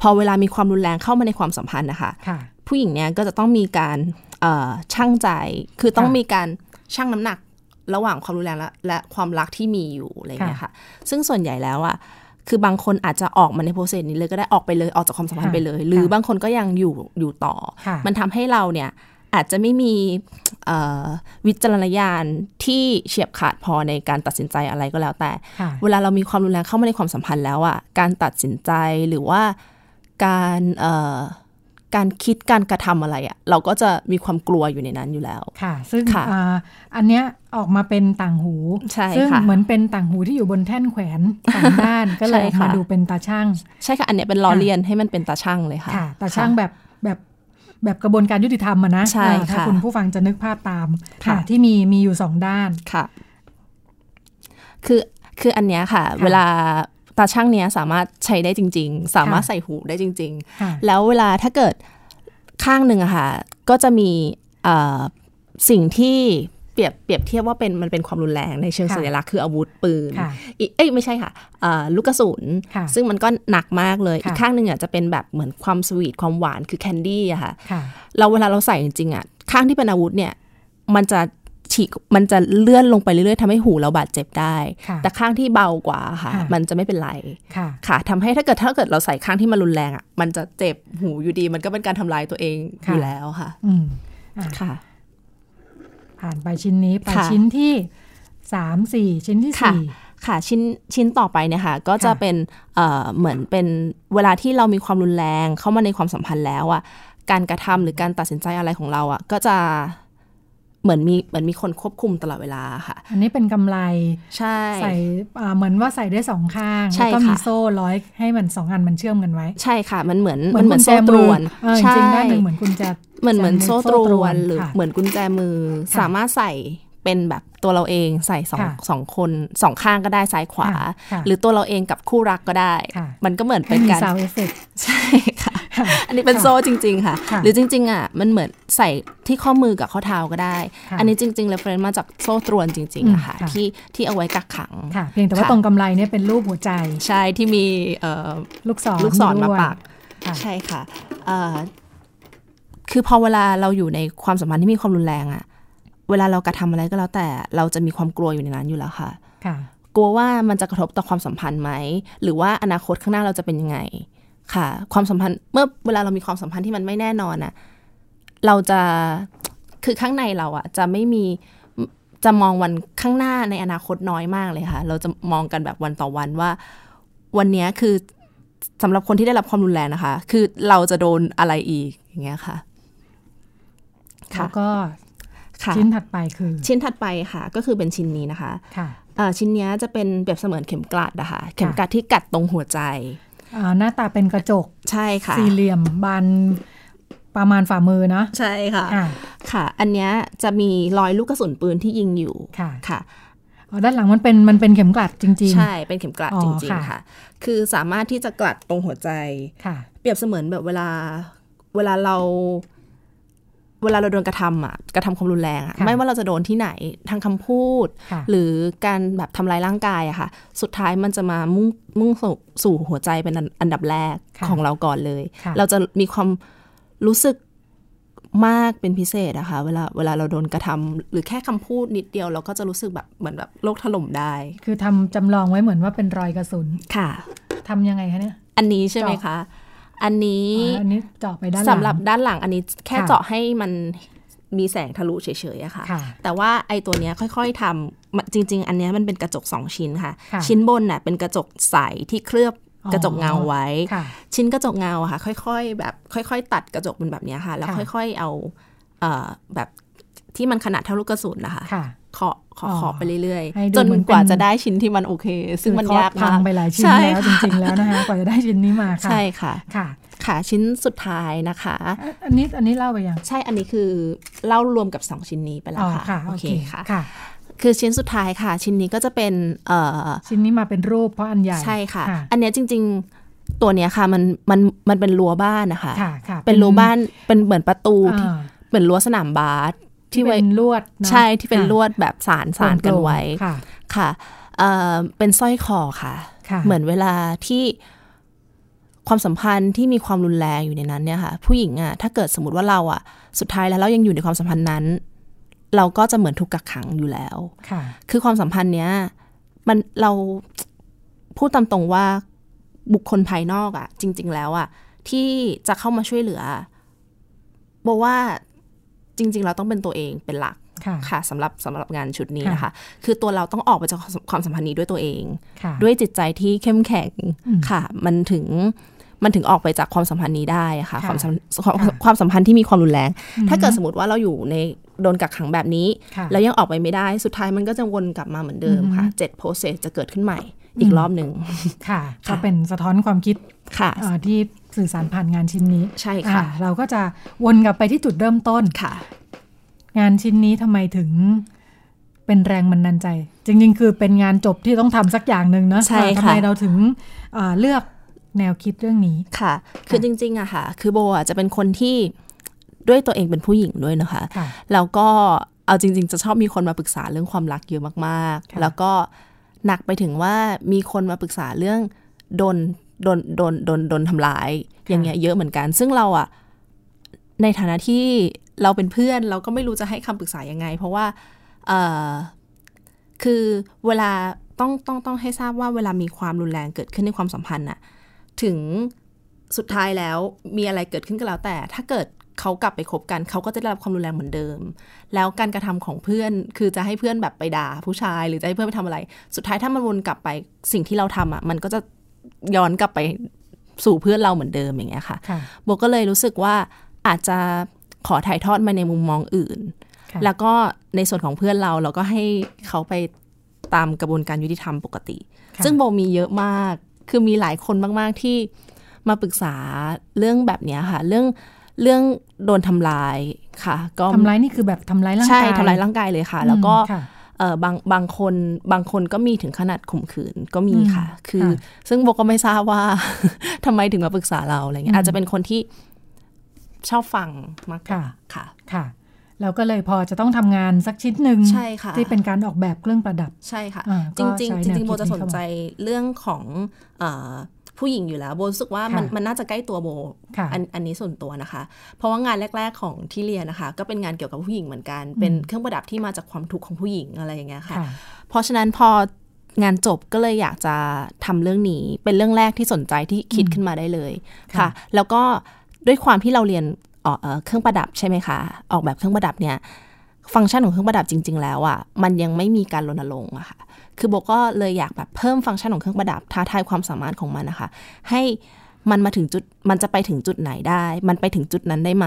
พอเวลามีความรุนแรงเข้ามาในความสัมพันธ์นะคะ ค่ะ ผู้หญิงเนี่ยก็จะต้องมีการเอ่อชั่งใจ คือต้อง ค่ะ มีการชั่งน้ำหนักระหว่างความรุนแรงและและความรักที่มีอยู่อะไรอย่างเงี้ยค่ะ ซึ่งส่วนใหญ่แล้วอะคือบางคนอาจจะออกมาในโปรเซสนี้เลยก็ได้ออกไปเลยออกจากความสัมพันธ์ ค่ะ ไปเลย หรือ ค่ะ บางคนก็ยังอยู่อยู่ต่อ ค่ะ มันทำให้เราเนี่ยอาจจะไม่มีเอ่อวิจารณญาณที่เฉียบขาดพอในการตัดสินใจอะไรก็แล้วแต่ ค่ะ เวลาเรามีความรุนแรงเข้ามาในความสัมพันธ์แล้วอะการตัดสินใจหรือว่าการเอ่อการคิดการกระทำอะไรอะเราก็จะมีความกลัวอยู่ในนั้นอยู่แล้ว ค่ะ ซึ่ง ค่ะ อ่าอันเนี้ยออกมาเป็นต่างหู ใช่ ซึ่ง ค่ะ เหมือนเป็นต่างหูที่อยู่บนแท่นแขวนสองด้าน ก็เลยอใช่อกมา ค่ะ ดูเป็นตาช่าง ใช่ค่ะ อันเนี้ยเป็นล้อ ค่ะ เลียนให้มันเป็นตาช่างเลยค่ะ ค่ะ ตาช่างแบบแบบแบบกระบวนการยุติธรรมอะนะ ใช่ เออถ้า ค่ะ คุณผู้ฟังจะนึกภาพตาม ค่ะ ค่ะ ที่มีมีอยู่สองด้าน ค่ะ คือคืออันเนี้ยค่ะ ค่ะ เวลาตาช่างเนี้ยสามารถใช้ได้จริง ๆ สามารถ ค่ะ ใส่หูได้จริง ๆ ค่ะ แล้วเวลาถ้าเกิดข้างหนึ่งอะค่ะ ก็จะมีเอ่อสิ่งที่เปรียบเปรียบเทียบว่าเป็นมันเป็นความรุนแรงในเชิง ค่ะ สัญลักษณ์คืออาวุธปืน ค่ะ อีเอ้ยไม่ใช่ค่ะเอ่อลูกกระสุน ค่ะ ซึ่งมันก็หนักมากเลย ค่ะ อีกข้างหนึ่งอะจะเป็นแบบเหมือนความสวีทความหวานคือแคนดี้อะค่ะ ค่ะ เราเวลาเราใส่จริงๆอะข้างที่เป็นอาวุธเนี่ยมันจะฉีกมันจะเลื่อนลงไปเรื่อยๆทำให้หูเราบาดเจ็บได้ ค่ะ แต่ข้างที่เบากว่าค่ะ ค่ะ มันจะไม่เป็นไร ค่ะ ค่ะทำให้ถ้าเกิดถ้าเกิดเราใส่ข้างที่มันรุนแรงอ่ะมันจะเจ็บหูอยู่ดี มันก็เป็นการทำลายตัวเอง ค่ะ อยู่แล้วค่ะ อืมอ่ะ ค่ะ ผ่านไปชิ้นนี้ไป ค่ะ ชิ้นที่สามสี่ชิ้นที่ ค่ะ สี่ ค่ะชิ้นชิ้นต่อไปเนี่ยค่ะก็จะ ค่ะ เป็นเอ่อเหมือนเป็นเวลาที่เรามีความรุนแรงเข้ามาในความสัมพันธ์แล้วอ่ะการกระทำหรือการตัดสินใจอะไรของเราอ่ะก็จะเหมือนมีเหมือนมีคนควบคุมตลอดเวลาค่ะ อันนี้เป็นกำไร ใช่ ใส่อ่าเหมือนว่าใส่ได้สองข้าง ใช่ แล้วก็มี ค่ะ โซ่ร้อยให้มันสองอันมันเชื่อมกันไว้ ใช่ค่ะ มันเหมือน กุญแจ โซ่ตรวน เออจ ใช่ ริงๆด้านหนึ่งเหมือนกุญแจ เหมือนเหมือนโซ่ตรวนหรือ ค่ะ เหมือนกุญแจมือ ค่ะ สามารถใส่เป็นแบบตัวเราเองใส่สอง ค่ะ สองคนสองข้างก็ได้ซ้ายขวา ค่ะค่ะ หรือตัวเราเองกับคู่รักก็ได้ ค่ะ มันก็เหมือน ไม่ เป็น มี การ ซาวเอฟเฟกต์ ใช่ค่ะ อันนี้เป็นโซ่จริง ๆ ค่ะ ค่ะ หรือจริง ๆ อ่ะ มันเหมือนใส่ที่ข้อมือกับข้อเท้าก็ได้ ค่ะ อันนี้จริงๆ reference มาจากโซ่ตรวนจริงๆอะค่ะ อืมค่ะ ที่ที่เอาไว้กักขัง ค่ะ เพียงแต่ว่า ค่ะ ตรงกำไรเนี่ยเป็นรูปหัวใจ ใช่ที่มีเอ่อ ลูกศร ลูกศรมา ด้วย ปัก ค่ะ ใช่ค่ะเอ่อคือพอเวลาเราอยู่ในความสัมพันธ์ที่มีความรุนแรงอะเวลาเรากระทำอะไรก็แล้วแต่ เราจะมีความกลัวอยู่ในนั้นอยู่แล้วค่ะ ค่ะ กลัวว่ามันจะกระทบต่อความสัมพันธ์ไหม หรือว่าอนาคตข้างหน้าเราจะเป็นยังไง ค่ะ ความสัมพันธ์ เมื่อเวลาเรามีความสัมพันธ์ที่มันไม่แน่นอนอะเราจะ คือข้างในเราอะจะไม่มี จะมองวันข้างหน้าในอนาคตน้อยมากเลยค่ะ เราจะมองกันแบบวันต่อวันว่า วันเนี้ยคือสำหรับคนที่ได้รับความรุนแรงนะคะ คือเราจะโดนอะไรอีกอย่างเงี้ยค่ะ แล้ ค่ะ วก็ ค่ะ ชิ้นถัดไปคือ ชิ้นถัดไปค่ะ ก็คือเป็นชิ้นนี้นะคะ ค่ะ อ่าชิ้นเนี้ยจะเป็นเปรียบเสมือนเข็มกลัดนะคะเข็มกลัดที่กัดตรงหัวใจ อ่าหน้าตาเป็นกระจก ใช่ค่ะ สี่เหลี่ยมบานประมาณฝ่ามือเนาะ ใช่ค่ะ อ่ะ ค่ะ อันเนี้ยจะมีรอยลูกกระสุนปืนที่ยิงอยู่ ค่ะ ค่ะ อ๋อด้านหลังมันเป็นมันเป็นเข็มกลัดจริง ใช่เป็นเข็มกลัด อ๋อ จริง ค่ะ ๆค่ะ คือสามารถที่จะกลัดตรงหัวใจ ๆค่ะ เปรียบเสมือนแบบเวลาเวลาเรา เวลาเราโดนกระทำอ่ะกระทำความรุนแรงอ่ะ ค่ะ ไม่ว่าเราจะโดนที่ไหนทางคำพูด ค่ะ หรือการแบบทำร้ายร่างกายอะค่ะ สุดท้ายมันจะมามุ่งมุ่งสู่สู่หัวใจเป็นอันอันดับแรก ค่ะ ของเราก่อนเลย ค่ะ เราจะมีความรู้สึกมากเป็นพิเศษนะคะ เวลาเวลาเราโดนกระทำหรือแค่คำพูดนิดเดียว เราก็จะรู้สึกแบบเหมือนแบบโลกถล่มได้ คือทำจำลองไว้เหมือนว่าเป็นรอยกระสุน ค่ะ ทำยังไงคะเนี่ย อันนี้ใช่ไหมคะ อันนี้ อ๋ออันนี้เจาะไปด้านหลัง สำหรับด้านหลังอันนี้แค่ ค่ะ เจาะให้มันมีแสงทะลุเฉยๆอะค่ะ ค่ะ แต่ว่าไอตัวเนี้ยค่อยๆทำมันจริง ๆ อันเนี้ยมันเป็นกระจก 2 ชิ้นค่ะ ค่ะ ชิ้นบนน่ะเป็นกระจกใสที่เคลือบ อ๋อก ระจกเงาไว้ ค่ะ ชิ้นกระจกเงาอะค่ะ ค่อยๆ แบบค่อย ๆ ตัดกระจกเป็นแบบเนี้ยค่ะ แล้ว ค่ะ ค่อย ๆ เอา เอ่อแบบที่มันขนาดเท่าลูกกระสุนนะคะ ค่ะ เคาะเคาะเคาะ อ๋อ ไปเรื่อย ให้ดู ๆ จน เหมือน กว่า เป็น จะได้ชิ้นที่มันโอเค ซึ่งมัน คือคอร์ส ยาก พั มาง ก ไปหลายชิ้น ใ แล้วจริงๆแล้วนะคะกว่าจะได้ชิ้นนี้มาค่ะ ใช่ค่ะ ค่ะ ค่ะชิ้นสุดท้ายนะคะ อ่ะอันนี้อันนี้เล่าไปยัง ใช่อันนี้คือเล่ารวมกับ 2 ชิ้นนี้ไปแล้ อ๋ ว อ ค่ะ ค่ะ โอ โอ เค เค ค่ะ ค่ะ คือชิ้นสุดท้ายค่ะ ชิ้นนี้ก็จะเป็นเอ่อ ชิ้นนี้มาเป็นรูปเพราะอันใหญ่ ใช่ค่ะ ค่ะ อันเนี้ยจริง ๆ ตัวเนี้ยค่ะมันมันมันเป็นรั้วบ้านนะคะ ค่ะค่ะ เป็นรั้วบ้าน เป็นเหมือนประตู อ่า ที่เหมือนรั้วสนามบาส ที่ ที่ไว้ เป็นลวดนะ ใช่ที่เป็น ค่ะ ลวดแบบสารสารกันไว้ ค่ะ ค่ะเอ่อเป็นสร้อยคอค่ะ ค่ะ เหมือนเวลาที่ความสัมพันธ์ที่มีความรุนแรงอยู่ในนั้นเนี่ยค่ะ ผู้หญิงอะถ้าเกิดสมมติว่าเราอะสุดท้ายแล้วเรายังอยู่ในความสัมพันธ์นั้น เราก็จะเหมือนถูกกักขังอยู่แล้ว ค่ะ คือความสัมพันธ์เนี้ยมันเราพูดตามตรงว่าบุคคลภายนอกอะจริง ๆ แล้วอะที่จะเข้ามาช่วยเหลือบอกว่าจริง ๆ เราต้องเป็นตัวเองเป็นหลัก ค่ะ ค่ะสำหรับสำหรับงานชุดนี้นะคะ ค่ะ คือตัวเราต้องออกไปจากความสัมพันธ์นี้ด้วยตัวเอง ค่ะ ด้วยจิตใจที่เข้มแข็ง อืม ค่ะ มันถึงมันถึงออกไปจากความสัมพันธ์นี้ได้ค่ะ ค่ะ ความสัมความ ค่ะ ความสัมพันธ์ที่มีความรุนแรง อือฮึ ถ้าเกิดสมมติว่าเราอยู่ในโดนกักขังแบบนี้ ค่ะ แล้วยังออกไปไม่ได้ สุดท้ายมันก็จะวนกลับมาเหมือนเดิม อือฮึ ค่ะเจ็ดโพสเซสจะเกิดขึ้นใหม่อีก อืม รอบหนึ่ง ค่ะก็ ค่ะ เป็นสะท้อนความคิด ค่ะ เอ่อที่สื่อสารผ่านงานชิ้นนี้ ใช่ อ่า ค่ะ เราก็จะวนกลับไปที่จุดเริ่มต้น ค่ะ งานชิ้นนี้ทำไมถึงเป็นแรงบันดาลใจ จริงๆ คือเป็นงานจบที่ต้องทำสักอย่างหนึ่งเนอะ ใช่ ว่า ค่ะ ทำไมเราถึงเอ่อเลือกแนวคิดเรื่องนี้ ค่ะ คือจริงๆอะค่ะ คือโบอะจะเป็นคนที่ด้วยตัวเองเป็นผู้หญิงด้วยนะคะ ค่ะ แล้วก็เอาจริง ๆ จะชอบมีคนมาปรึกษาเรื่องความรักเยอะมาก ค่ะ ๆ แล้วก็หนักไปถึงว่ามีคนมาปรึกษาเรื่องโดนโดนโดนโดนโดนทำร้ายอย่างเงี้ยเยอะเหมือนกัน ซึ่งเราอะในฐานะที่เราเป็นเพื่อนเราก็ไม่รู้จะให้คำปรึกษายังไง เพราะว่าเออคือเวลาต้องต้องต้องให้ทราบว่าเวลามีความรุนแรงเกิดขึ้นในความสัมพันธ์น่ะถึงสุดท้ายแล้วมีอะไรเกิดขึ้นก็แล้วแต่ ถ้าเกิดเขากลับไปคบกันเขาก็จะได้รับความรุนแรงเหมือนเดิม แล้วการกระทำของเพื่อนคือจะให้เพื่อนแบบไปด่าผู้ชาย หรือจะให้เพื่อนไปทำอะไร สุดท้ายถ้ามันวนกลับไปสิ่งที่เราทำอ่ะมันก็จะย้อนกลับไปสู่เพื่อนเราเหมือนเดิมอย่างเงี้ยค่ะ ค่ะ โบก็เลยรู้สึกว่าอาจจะขอถ่ายทอดมาในมุมมองอื่น ค่ะ แล้วก็ในส่วนของเพื่อนเราเราก็ให้เขาไปตามกระบวนการยุติธรรมปกติ ค่ะ ซึ่งโบมีเยอะมาก คือมีหลายคนมากๆที่มาปรึกษาเรื่องแบบเนี้ยค่ะ เรื่องเรื่องโดนทำลายค่ะ ก็ ทำร้ายนี่คือแบบทำร้ายร่างกา ใช่ ย ทำร้ายร่างกายเลยค่ะ แล้วก็ อืมค่ะ เอ่อบางบางคนบางคนก็มีถึงขนาดข่มขืนก็มี อืม ค่ะ คือ ค่ะ ซึ่งโบก็ไม่ทราบว่า ทำไมถึงมาปรึกษาเราอะไรเงี้ อืมยอาจจะเป็นคนที่ชอบฟังมากกว่า ค่ะ ค่ะ ค่ะ เราก็เลยพอจะต้องทำงานสักชิ้นหนึ่ง ใช่ค่ะ ที่เป็นการออกแบบเครื่องประดับ ใช่ค่ะ อ่า จริงๆจริง ก็ใช้แนวคิดๆโบจะ นี้ สนใจเรื่องของเอ่อผู้หญิงอยู่แล้วโบรู้สึกว่ามัน ค่ะ มันน่าจะใกล้ตัวโบ ค่ะ อันอันนี้ส่วนตัวนะคะ เพราะว่างานแรก ๆของที่เรียนนะคะ ก็เป็นงานเกี่ยวกับผู้หญิงเหมือนกัน เป็น อืม เครื่องประดับที่มาจากความทุกข์ของผู้หญิงอะไรอย่างเงี้ยค่ะ ค่ะ เพราะฉะนั้นพองานจบก็เลยอยากจะทำเรื่องนี้ เป็นเรื่องแรกที่สนใจที่คิด อืม ขึ้นมาได้เลย ค่ะ ค่ะ แล้วก็ด้วยความที่เราเรียนเอ่อเอ่อเครื่องประดับใช่ไหมคะออกแบบเครื่องประดับเนี่ยฟังก์ชันของเครื่องประดับจริง ๆ แล้วอะ่ะมันยังไม่มีการรณรงค์อะค่ะคือโบก็เลยอยากแบบเพิ่มฟังก์ชันของเครื่องประดับท้าทายความสามารถของมันนะคะ ให้มันมาถึงจุดมันจะไปถึงจุดไหนได้ มันไปถึงจุดนั้นได้ไหม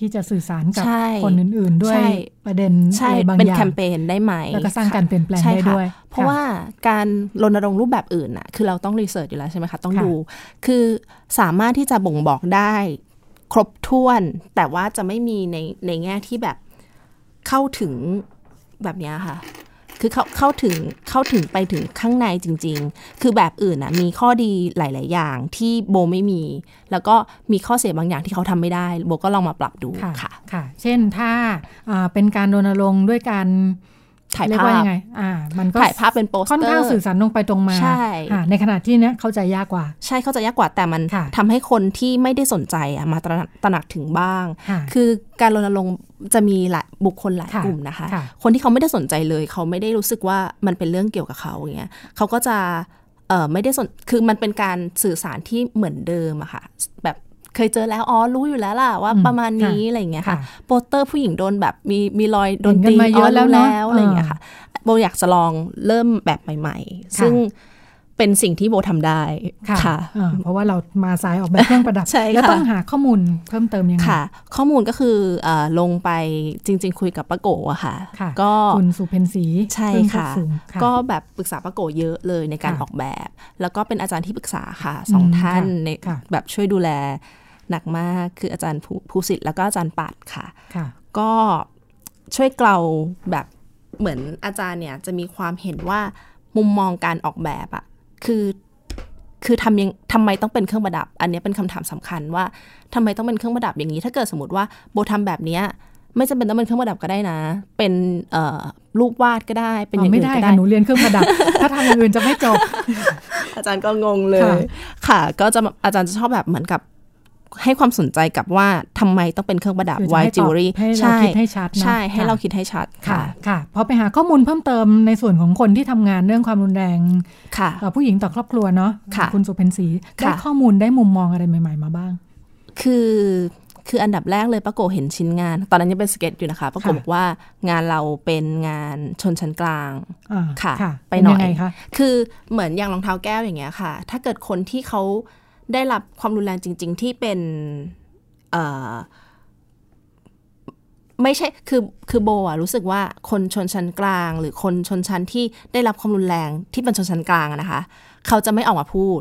ที่จะสื่อสารกับ ใช่ คนอื่นๆ ด้วย ใช่ ประเด็น ใช่ อะไรบาง เป็น อย่า แค ง มเปญได้ไหม แล้วก็สร้าง ค่ะ การเปลี่ยนแปลง ใช่ ได้ ค่ะ ด้วย เพราะ ค่ ว่าการรณรงค์รูปแบบอื่นน่ะ คือเราต้องรีเสิร์ชอยู่แล้วใช่ไหมคะ ต้อง ค่ะ ดู คือสามารถที่จะบ่งบอกได้ครบถ้วน แต่ว่าจะไม่มีในในแง่ที่แบบเข้าถึงแบบเนี้ยค่ะ คือเข้าเข้าถึงเข้าถึงไปถึงข้างในจริง ๆ คือแบบอื่นน่ะมีข้อดีหลาย ๆ อย่างที่โบไม่มี แล้วก็มีข้อเสียบางอย่างที่เขาทำไม่ได้ โบก็ลองมาปรับดู ค่ะ ค่ะ ค่ะ เช่นถ้าอ่าเป็นการรณรงค์ด้วยการ ถ่าย เรีก ภา ว่า พ ยังไงอ่า มันก็ ถ่ายภาพเป็นโปสเตอร์ ค่อนข้างสื่อสารตรงไปตรงมา ใช่ อ่าในขณะที่เนี้ยเข้าใจยากกว่า ใช่เข้าใจยากกว่าแต่มัน ค่ะ ทำให้คนที่ไม่ได้สนใจอะมาตระหนักตระหนักถึงบ้าง ค่ะ คือการรณรงค์จะมีหลายบุคคลหลาย ค่ะ กลุ่มนะคะ ค่ะ คนที่เขาไม่ได้สนใจเลย เขาไม่ได้รู้สึกว่ามันเป็นเรื่องเกี่ยวกับเขาอย่างเงี้ยเขาก็จะเอ่อไม่ได้สนคือมันเป็นการสื่อสารที่เหมือนเดิมอะค่ะ แบบเคยเจอแล้วอ๋อรู้อยู่แล้วล่ะว่า อืม ประมาณนี้ ค่ะ อะไรอย่างเงี้ย ค่ะ ค่ะโปสเตอร์ผู้หญิงโดนแบบมีมีรอยโดน เห็นกัน ตี มาเยอะแล้ว รู้ เนอะ แล้วอะไรอย่างเงี้ยค่ะโบอยากจะลองเริ่มแบบใหม่ ๆ ซึ่ง เป็นสิ่งที่โบทำได้ ค่ะ ค่ะ เออเพราะว่าเรามาสายออกแบบเครื่องประดับ ใช่ค่ะ แล้วต้องหาข้อมูลเพิ่มเติมยังไง ค่ะ ข้อมูลก็คือเออลงไปจริง ๆ คุยกับป้าโกอะค่ะ ค่ะ ก็ คุณสุเพนสี ใช่ เพิ่งเข้า ค่ะ สู่ค่ะ ก็แบบปรึกษาป้าโกเยอะเลยในการ ค่ะ ออกแบบ แล้วก็เป็นอาจารย์ที่ปรึกษาค่ะสอง อืม ท่าน ค่ะ ใน ค่ะ แบบช่วยดูแลหนักมากคืออาจารย์ภูภูสิทธิ์แล้วก็อาจารย์ปัดค่ะ ค่ะ ก็ช่วยเกลาแบบเหมือนอาจารย์เนี่ยจะมีความเห็นว่ามุมมองการออกแบบอะคือคือทำยังทำไมต้องเป็นเครื่องประดับ อันเนี้ยเป็นคำถามสำคัญว่าทำไมต้องเป็นเครื่องประดับอย่างนี้ ถ้าเกิดสมมติว่าโบทำแบบเนี้ยไม่จำเป็นต้องเป็นเครื่องประดับก็ได้นะ เป็นเอ่อรูปวาดก็ได้เป็นอย่าง ไม่ อื่น ได้ ก็ได้ ค่ะหนูเรียนเครื่องประดับ ถ้าทำอย่างอื่นจะไม่จบ อาจารย์ก็งงเลย ค่ะ ค่ะ ก็จะอาจารย์จะชอบแบบเหมือนกับให้ความสนใจกับว่าทำไมต้องเป็นเครื่องประดับ คือ วา จะ ย ให้ต จิ อ ว บ เวลรี่ ให้เรา ใช่ คิดให้ชัดนะ ใช่ให้ ค่ะ เราคิดให้ชัด ค่ะ ค่ะ ค่ะพอไปหาข้อมูลเพิ่มเติมในส่วนของคนที่ทำงานเรื่องความรุนแรง ค่ะ เอ่อผู้หญิงต่อครอบครัวเนาะ ค่ะ ณสุเพนสี ค่ะ ได้ข้อมูลได้มุมมองอะไรใหม่ ๆ มาบ้าง คือคืออันดับแรกเลยป้าโกเห็นชิ้นงาน ตอนนั้นยังเป็นสเก็ตอยู่นะคะป้าโก ค่ะ บอกว่างานเราเป็นงานชนชั้นกลาง อ่า ค่ะ ไป ไป ห หน่ น่อ อย ย งไงคะ คือเหมือนอย่างรองเท้าแก้วอย่างเงี้ยค่ะ ถ้าเกิดคนที่เขาได้รับความรุนแรงจริง ๆ ที่เป็นเอ่อไม่ใช่คือคือโบอะรู้สึกว่าคนชนชั้นกลาง หรือคนชนชั้นที่ได้รับความรุนแรงที่เป็นชนชั้นกลางอะนะคะ เขาจะไม่ออกมาพูด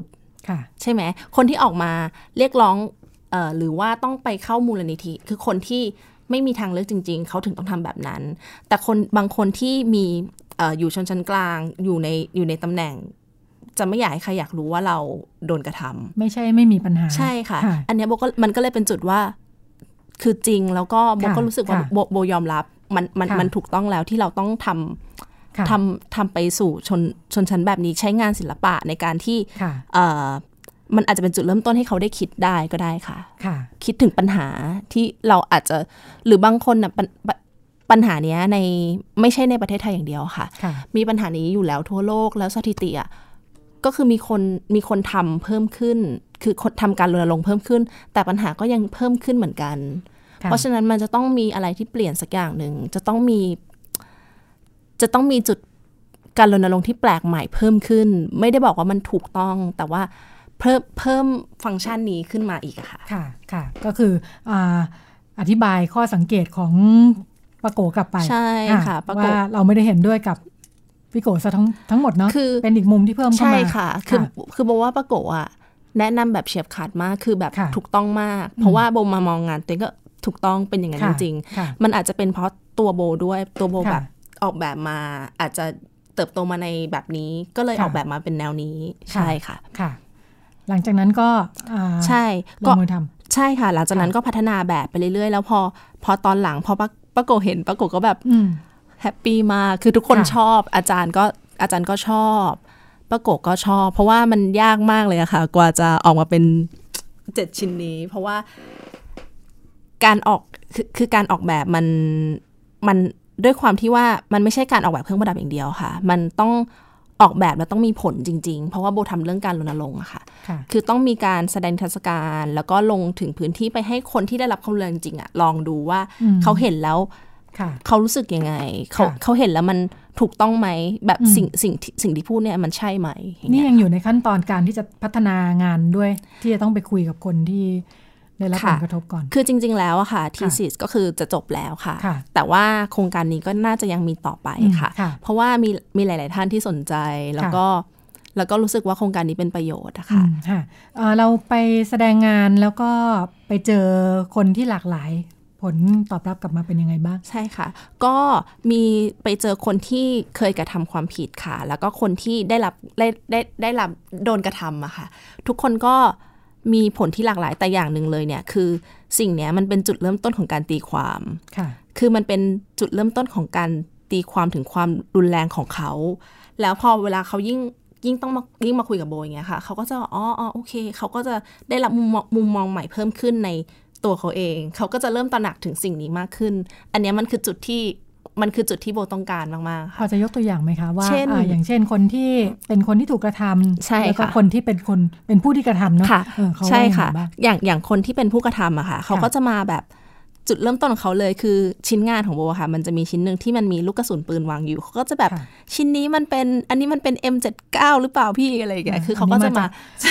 ค่ะ ใช่ไหม คนที่ออกมาเรียกร้องเออหรือว่าต้องไปเข้ามูลนิธิ คือคนที่ไม่มีทางเลือกจริง ๆ เขาถึงต้องทำแบบนั้น แต่คนบางคนที่มีเอออยู่ชนชั้นกลาง อยู่ในอยู่ในตำแหน่ง จะไม่อยากให้ใครอยากรู้ว่าเราโดนกระทำ ไม่ใช่ไม่มีปัญหา ใช่ค่ะ ค่ะ อันเนี้ยโบก็มันก็เลยเป็นจุดว่า คือจริงแล้วก็โบ ค่ะ ก็รู้สึกว่า ค่ะ โบโบยอมรับมันมัน ค่ะ มันถูกต้องแล้วที่เราต้องทำ ค่ะ ทำทำไปสู่ชนชนชั้นแบบนี้ใช้งานศิลปะในการที่ ค่ะ เอ่อมันอาจจะเป็นจุดเริ่มต้นให้เขาได้คิดได้ก็ได้ค่ะ ค่ะ คิดถึงปัญหาที่เราอาจจะหรือบางคนนะปญปญปัญหาเนี้ยในไม่ใช่ในประเทศไทยอย่างเดียวค่ะ ค่ะ มีปัญหานี้อยู่แล้วทั่วโลกแล้วสถิติอ่ะก็คือมีคนมีคนทำเพิ่มขึ้น คือคนทำการรณรงค์เพิ่มขึ้น แต่ปัญหาก็ยังเพิ่มขึ้นเหมือนกัน ค่ะ เพราะฉะนั้นมันจะต้องมีอะไรที่เปลี่ยนสักอย่างหนึ่งจะต้องมี จะต้องมีจุดการรณรงค์ที่แปลกใหม่เพิ่มขึ้น ไม่ได้บอกว่ามันถูกต้อง แต่ว่าเพิ่มเพิ่มฟังก์ชันนี้ขึ้นมาอีกอะค่ะ ค่ะค่ะ ก็คืออ่าอธิบายข้อสังเกตของปะโกกลับไป ใช่ อ่ ค่ะปะโก ว่าเราไม่ได้เห็นด้วยกับพี่โกซะทั้งทั้งหมดเนาะ คือ เป็นอีกมุมที่เพิ่มเข้า ใช่ มา ค่ะ คือคือโบอกว่าปะโกะอะแนะนำแบบเฉียบขาดมากคือแบบ ค่ะ ถูกต้องมาก เพราะว่าโบมามองงานตัวเองก็ถูกต้องเป็นอย่างนั้นจ ค่ะ ริง ค่ะ ๆมันอาจจะเป็นเพราะตัวโบด้วยตัวโบแบบ ค่ะ ออกแบบมาอาจจะเติบโตมาในแบบนี้ ก็เลย ค่ะ ออกแบบมาเป็นแนวนี้ ค่ะ ใช่ค่ะ ค่ะ หลังจากนั้นก็อ่า ใช่ ล ก็ งมือทำ ใช่ค่ะ หลังจากนั้นก็พัฒนาแบบไปเรื่อยๆ แล้วพอพอตอนหลังพอป้าป้าโกเห็นป้าโกก็แบบ อืม แฮปปี้มากคือทุกคน ค่ะ ชอบ อาจารย์ก็อาจารย์ก็ชอบป้าโกก็ชอบ เพราะว่ามันยากมากเลยอะค่ะ กว่าจะออกมาเป็น เจ็ดชิ้นนี้ เพราะว่าการออกคือคือการออกแบบมันมันด้วยความที่ว่ามันไม่ใช่การออกแบบเครื่องประดับอย่างเดียวค่ะ มันต้องออกแบบแล้วต้องมีผลจริง ๆ เพราะว่าโบทำเรื่องการรณรงค์อะค่ะ ค่ะ คือต้องมีการแสดงนิทัศการแล้วก็ลงถึงพื้นที่ไปให้คนที่ได้รับความรุนแรงจริงๆอะลองดูว่า อืม เขาเห็นแล้ว ค่ะ เขารู้สึกยังไงเขา ค่ะ เขาเห็นแล้วมันถูกต้องไหมแบบ อืม สิ่งสิ่งที่สิ่งที่พูดเนี่ยมันใช่ไหมอย่าง นี่ เงี้ย ยังอยู่ในขั้นตอนการที่จะพัฒนางานด้วย ที่จะต้องไปคุยกับคนที่ได้รับผ ค่ะ ลกระทบก่อน คือจริง ๆ แล้วอะค่ะทีสิสก็คือจะจบแล้วค่ะ ค่ะ แต่ว่าโครงการนี้ก็น่าจะยังมีต่อไป อืม ค่ะ ค่ะ เพราะว่ามีมีหลาย ๆ ท่านที่สนใจแล้วก็แล้วก็รู้สึกว่าโครงการนี้เป็นประโยชน์อะ อื ค่ะ มค่ะเอ่อเราไปแสดงงานแล้วก็ไปเจอคนที่หลากหลาย ผลตอบรับกลับมาเป็นยังไงบ้าง ใช่ค่ะ ก็มีไปเจอคนที่เคยกระทำความผิดค่ะ แล้วก็คนที่ได้รับได้ได้ได้รับโดนกระทำอะค่ะ ทุกคนก็มีผลที่หลากหลายแต่อย่างหนึ่งเลยเนี่ย คือสิ่งเนี้ยมันเป็นจุดเริ่มต้นของการตีความ ค่ะ คือมันเป็นจุดเริ่มต้นของการตีความถึงความรุนแรงของเขา แล้วพอเวลาเขายิ่งยิ่งต้องมายิ่งมาคุยกับโบอย่างเงี้ยค่ะ เขาก็จะอ๋ออ๋อโอเค เขาก็จะได้รับมุมมองมุมมองใหม่เพิ่มขึ้นในตัวเขาเอง เขาก็จะเริ่มตระหนักถึงสิ่งนี้มากขึ้น อันเนี้ยมันคือจุดที่มันคือจุดที่โบต้องการมากพอๆค่ะ จะยกตัวอย่างไหมคะว่า เช่น อาอย่างเช่นคนที่เป็นคนที่ถูกกระทำ ใช่ แล้วก็ ค่ะ คนที่เป็นคนเป็นผู้ที่กระทำเนาะ ค่ะ เออเขาว่า ใช่ ยังไง ค่ะ บ้าง อย่างอย่างคนที่เป็นผู้กระทำอะค่ะ เขา ค่ะ ก็จะมาแบบ จุดเริ่มต้นของเขาเลยคือชิ้นงานของโบอะค่ะ มันจะมีชิ้นหนึ่งที่มันมีลูกกระสุนปืนวางอยู่เขาก็จะแบบ ค่ะ ชิ้นนี้มันเป็นอันนี้มันเป็น M79 หรือเปล่าพี่อะไรอย่างเงี้ยคือเขาก็จะมา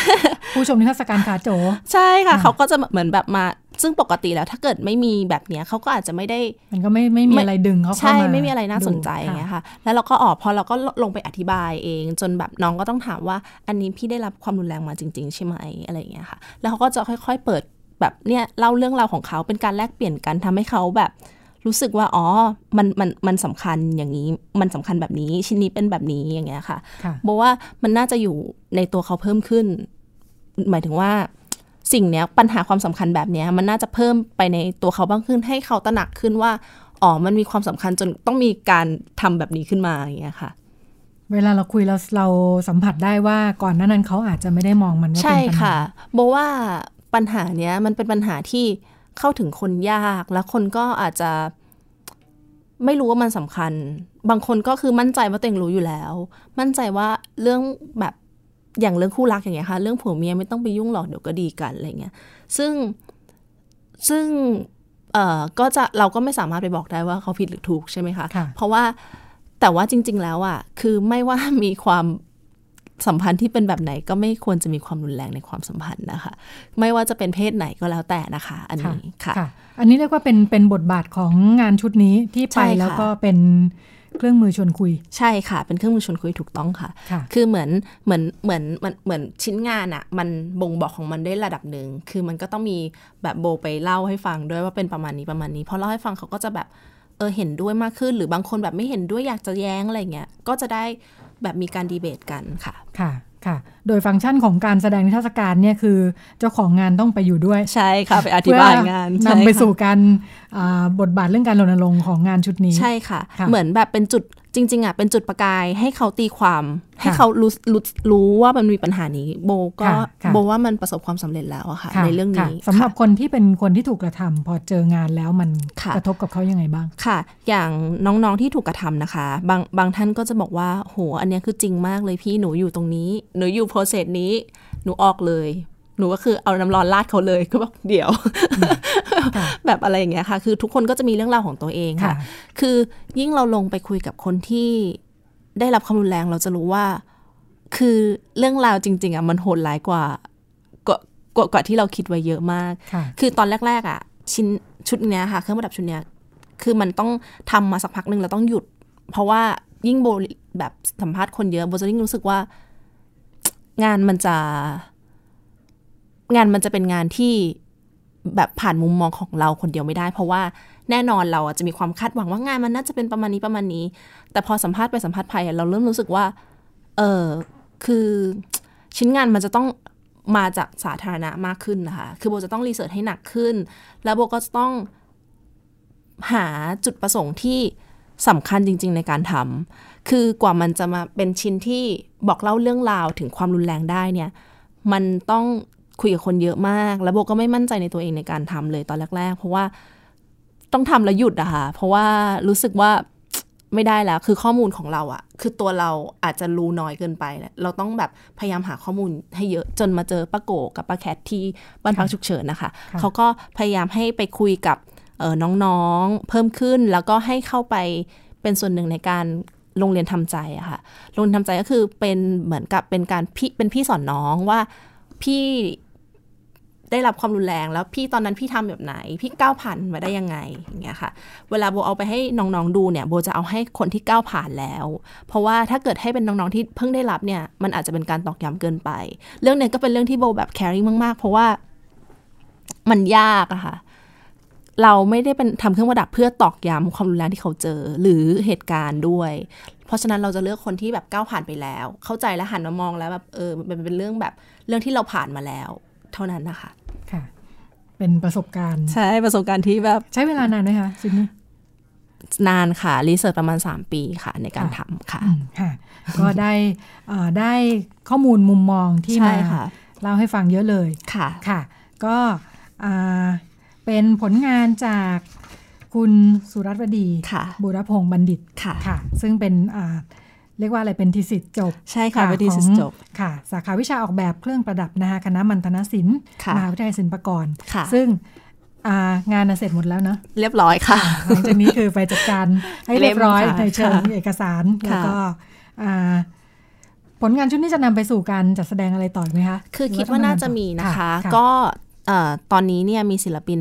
ผู้ชมนิทรรศการขาโจ ใช่ค่ะ อ่า เขาก็จะเหมือนแบบมา ซึ่งปกติแล้วถ้าเกิดไม่มีแบบเนี้ยเขาก็อาจจะไม่ได้ มันก็ไม่ไม่มีอะไรดึงเขาเข้า ใช่ มา ไม่มีอะไรน่าสนใจ ดู อย่างเงี้ ค่ะ ยค่ะ แล้วเราก็ออกพอเราก็ลงไปอธิบายเอง จนแบบน้องก็ต้องถามว่า อันนี้พี่ได้รับความรุนแรงมาจริง ๆ ใช่ไหมอะไรอย่างเงี้ยค่ะ แล้วเขาก็จะค่อย ๆ เปิดแบบเนี่ยเล่าเรื่องราวของเขาเป็นการแลกเปลี่ยนกันทำให้เขาแบบ รู้สึกว่าอ๋อมันมันมันสำคัญอย่างนี้มันสำคัญแบบนี้ชิ้นนี้เป็นแบบนี้อย่างเงี้ยค่ะ ค่ะ บอกว่ามันน่าจะอยู่ในตัวเขาเพิ่มขึ้น หมายถึงว่าสิ่งเนี้ยปัญหาความสำคัญแบบเนี้ยมันน่าจะเพิ่มไปในตัวเขาบ้างขึ้น ให้เขาตระหนักขึ้นว่าอ๋อมันมีความสำคัญจนต้องมีการทำแบบนี้ขึ้นมาอย่างเงี้ยค่ะ เวลาเราคุยเราเราสัมผัสได้ว่าก่อนหน้านั้นเขาอาจจะไม่ได้มองมันว่า ใช่ เป็นปัญหา ค่ะบอกว่าปัญหาเนี้ยมันเป็นปัญหาที่เข้าถึงคนยาก และคนก็อาจจะไม่รู้ว่ามันสำคัญ บางคนก็คือมั่นใจว่าตัวเองรู้อยู่แล้ว มั่นใจว่าเรื่องแบบอย่างเรื่องคู่รักอย่างเงี้ยค่ะ เรื่องผัวเมียไม่ต้องไปยุ่งหรอกเดี๋ยวก็ดีกันอะไรเงี้ยซึ่งซึ่งเอ่อก็จะเราก็ไม่สามารถไปบอกได้ว่าเขาผิดหรือถูกใช่ไหมคะ ค่ะ เพราะว่าแต่ว่าจริง ๆ แล้วอ่ะคือไม่ว่ามีความ สัมพันธ์ที่เป็นแบบไหนก็ไม่ควรจะมีความรุนแรงในความสัมพันธ์นะคะ ไม่ว่าจะเป็นเพศไหนก็แล้วแต่นะคะ อันนี้ค่ะ ค่ะ อันนี้เรียกว่าเป็นเป็นบทบาทของงานชุดนี้ที่ ใช่ ไป ค่ะ แล้วก็เป็นเครื่องมือชวนคุย ใช่ค่ะ เป็นเครื่องมือชวนคุยถูกต้องค่ะ ค่ะ คือเหมือนเหมือนเหมือนเหมือนเหมือนชิ้นงานอะมันบ่งบอกของมันได้ระดับหนึ่งคือมันก็ต้องมีแบบโบไปเล่าให้ฟังด้วยว่าเป็นประมาณนี้ประมาณนี้พอเล่าให้ฟังเขาก็จะแบบเออเห็นด้วยมากขึ้น หรือบางคนแบบไม่เห็นด้วยอยากจะแย้งอะไรเงี้ยก็จะได้แบบมีการดีเบตกันค่ะ ค่ะ ค่ะ โดยฟังก์ชันของการแสดงนิทรรศการเนี่ยคือเจ้าของงานต้องไปอยู่ด้วย ใช่ค่ะไปอธิบายงาน เพื่อนำไปสู่การอ่าบทบาทเรื่องการรณรงค์ของงานชุดนี้ ใช่ค่ะ ค่ะ เหมือนแบบเป็นจุดจริง ๆอ่ะเป็นจุดประกายให้เขาตีความ ให้ ค่ะ เขารู้รู้รู้ว่ามันมีปัญหานี้ โบก็ ค่ะค่ะ โบว่ามันประสบความสำเร็จแล้วอะค่ะ ค่ะ ในเรื่อง ค่ะ นี้ สำหรับ ค่ะ คนที่เป็นคนที่ถูกกระทำพอเจองานแล้วมัน ค่ะ กระทบกับเขายังไงบ้าง ค่ะ อย่างน้องๆที่ถูกกระทำนะคะ บางบางท่านก็จะบอกว่าโหอันเนี้ยคือจริงมากเลยพี่หนูอยู่ตรงนี้ หนูอยู่โปรเซสนี้ หนูออกเลย หนูก็คือเอาน้ำร้อนราดเขาเลยก็บอกเดี๋ยว ค่ะ แบบอะไรอย่างเงี้ยค่ะ คือทุกคนก็จะมีเรื่องราวของตัวเองค่ะ คือยิ่งเราลงไปคุยกับคนที่ได้รับความรุนแรงเราจะรู้ว่า คือเรื่องราวจริง ๆอ่ะมันโหดร้ายกว่ากว่ากว่ากว่าที่เราคิดไว้เยอะมาก ค่ะ คือตอนแรก ๆ อ่ะ ชิ้นชุดเนี้ยค่ะ เครื่องประดับชุดเนี้ยคือมันต้องทำมาสักพักหนึ่งแล้วต้องหยุด เพราะว่ายิ่งโบแบบสัมภาษณ์คนเยอะโบจะยิ่งรู้สึกว่า งานมันจะ งานมันจะเป็นงานที่แบบผ่านมุมมองของเราคนเดียวไม่ได้ เพราะว่าแน่นอนเราอะจะมีความคาดหวังว่างานมันน่าจะเป็นประมาณนี้ประมาณนี้ แต่พอสัมภาษณ์ไปสัมภาษณ์ไปอะเราเริ่มรู้สึกว่า เออคือ ชิ้นงานมันจะต้องมาจากสาธารณะมากขึ้นนะคะ คือโบจะต้องรีเสิร์ชให้หนักขึ้น แล้วโบก็จะต้องหาจุดประสงค์ที่สำคัญจริง ๆ ในการทำ คือกว่ามันจะมาเป็นชิ้นที่บอกเล่าเรื่องราวถึงความรุนแรงได้เนี่ย มันต้องคุยกับคนเยอะมาก แล้วโบก็ไม่มั่นใจในตัวเองในการทำเลยตอนแรก ๆ เพราะว่าต้องทำแล้วหยุดอะค่ะ เพราะว่ารู้สึกว่า ไม่ได้แล้ว คือข้อมูลของเราอะคือตัวเราอาจจะรู้น้อยเกินไปแหละเราต้องแบบพยายามหาข้อมูลให้เยอะจนมาเจอป้าโกกับป้าแคทที่บ้านพักฉุกเฉินนะคะ ค่ะ เขาก็พยายามให้ไปคุยกับเอ่อน้องๆเพิ่มขึ้น แล้วก็ให้เข้าไปเป็นส่วนหนึ่งในการโรงเรียนทำใจอะค่ะโรงเรียนทำใจก็คือเป็นเหมือนกับเป็นการพี่เป็นพี่สอนน้องว่าพี่ได้รับความรุนแรงแล้วพี่ตอนนั้นพี่ทำแบบไหน พี่ก้าวผ่านมาได้ยังไงอย่างเงี้ยค่ะ เวลาโบเอาไปให้น้องๆดูเนี่ยโบจะเอาให้คนที่ก้าวผ่านแล้ว เพราะว่าถ้าเกิดให้เป็นน้องๆที่เพิ่งได้รับเนี่ยมันอาจจะเป็นการตอกย้ำเกินไป เรื่องเนี้ยก็เป็นเรื่องที่โบแบบแคริ่งมากๆ เพราะว่ามันยากอะค่ะ เราไม่ได้เป็นทำเครื่องประดับเพื่อตอกย้ำความรุนแรงที่เขาเจอหรือเหตุการณ์ด้วย เพราะฉะนั้นเราจะเลือกคนที่แบบก้าวผ่านไปแล้ว เข้าใจและหันมามองแล้วแบบเออมันเป็นเรื่องแบบเรื่องที่เราผ่านมาแล้ว เท่านั้นนะคะ ค่ะ เป็นประสบการณ์ ใช่ประสบการณ์ที่แบบ ใช้เวลานานไหมคะซินนี่ นานค่ะรีเสิร์ชประมาณ 3 ปีค่ะ ในการ ค่ะ ทำค่ะ อืมค่ะ ก็ได้เอ่อได้ข้อมูลมุมมองที่ ใช่ มา ค่ะ เล่าให้ฟังเยอะเลย ค่ะ ค่ะ ก็อ่าเป็นผลงานจากคุณสุรัตน์วดี ค่ะ บุรพงษ์บัณฑิต ค่ะ ค่ะ ซึ่งเป็นอ่าเรียกว่าอะไรเป็นทีสิทธ์จบ ใช่ค่ะเป็นทีสิส ของ จบ ค่ะ สาขาวิชาออกแบบเครื่องประดับนะคะคณะมัณฑนศิลป์ ค่ะ มหาวิทยาลัยศิลปากร ค่ะ ซึ่ง อ่างานน่ะเสร็จหมดแล้วเนอะ เรียบร้อยค่ะ หลังจากนี้คือไปจัดการให้เรียบร้อย เล่มค่ะ ในเชิง ค่ะ เอกสารแล้วก็อ่าผลงานชุดนี้จะนำไปสู่การจัดแสดงอะไรต่ออกไหมคะ คือ หรื คิดว่าน่าจะมีนะคะ ก็เอ่อตอนนี้เนี่ยมีศิลปิน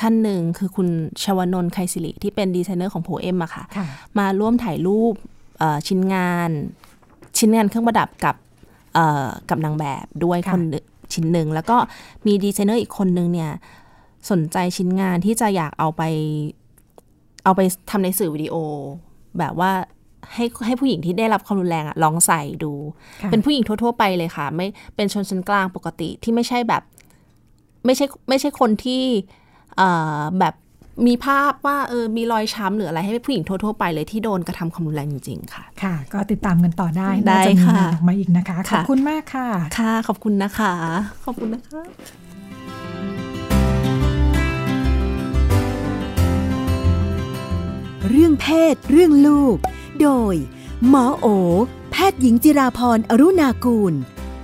ท่านหนึ่งคือคุณชวนนท์ไคศิริที่เป็นดีไซเนอร์ของโพเอมอะค่ะ ค่ะ มาร่วมถ่ายรูปเอ่อชิ้นงานชิ้นงานเครื่องประดับกับเอ่อกับนางแบบด้วย ค่ะ คนหนึ่งชิ้นหนึ่ง แล้วก็มีดีไซเนอร์อีกคนนึงเนี่ยสนใจชิ้นงานที่จะอยากเอาไปเอาไปทำในสื่อวิดีโอ แบบว่าให้ให้ผู้หญิงที่ได้รับความรุนแรงอะลองใส่ดู ค่ะ เป็นผู้หญิงทั่ว ๆ ไปเลยค่ะ ไม่เป็นชนชั้นกลางปกติที่ไม่ใช่แบบ ไม่ใช่ไม่ใช่คนที่เอ่อแบบมีภาพว่าเออมีรอยช้ำหรืออะไรให้ผู้หญิงทั่ว ๆ ไปเลยที่โดนกระทำความรุนแรงจริง ๆ ค่ะ ค่ะ ก็ติดตามกันต่อได้ ได้ น่าจะมี ค่ะ งานออกมาอีกนะคะข ค่ะ อบคุณมากค่ะ ค่ะ ขอบคุณนะคะ ขอบคุณนะคะ เรื่องเพศ เรื่องลูก โดย หมอโอ แพทย์หญิงจิราพรอรุณากูล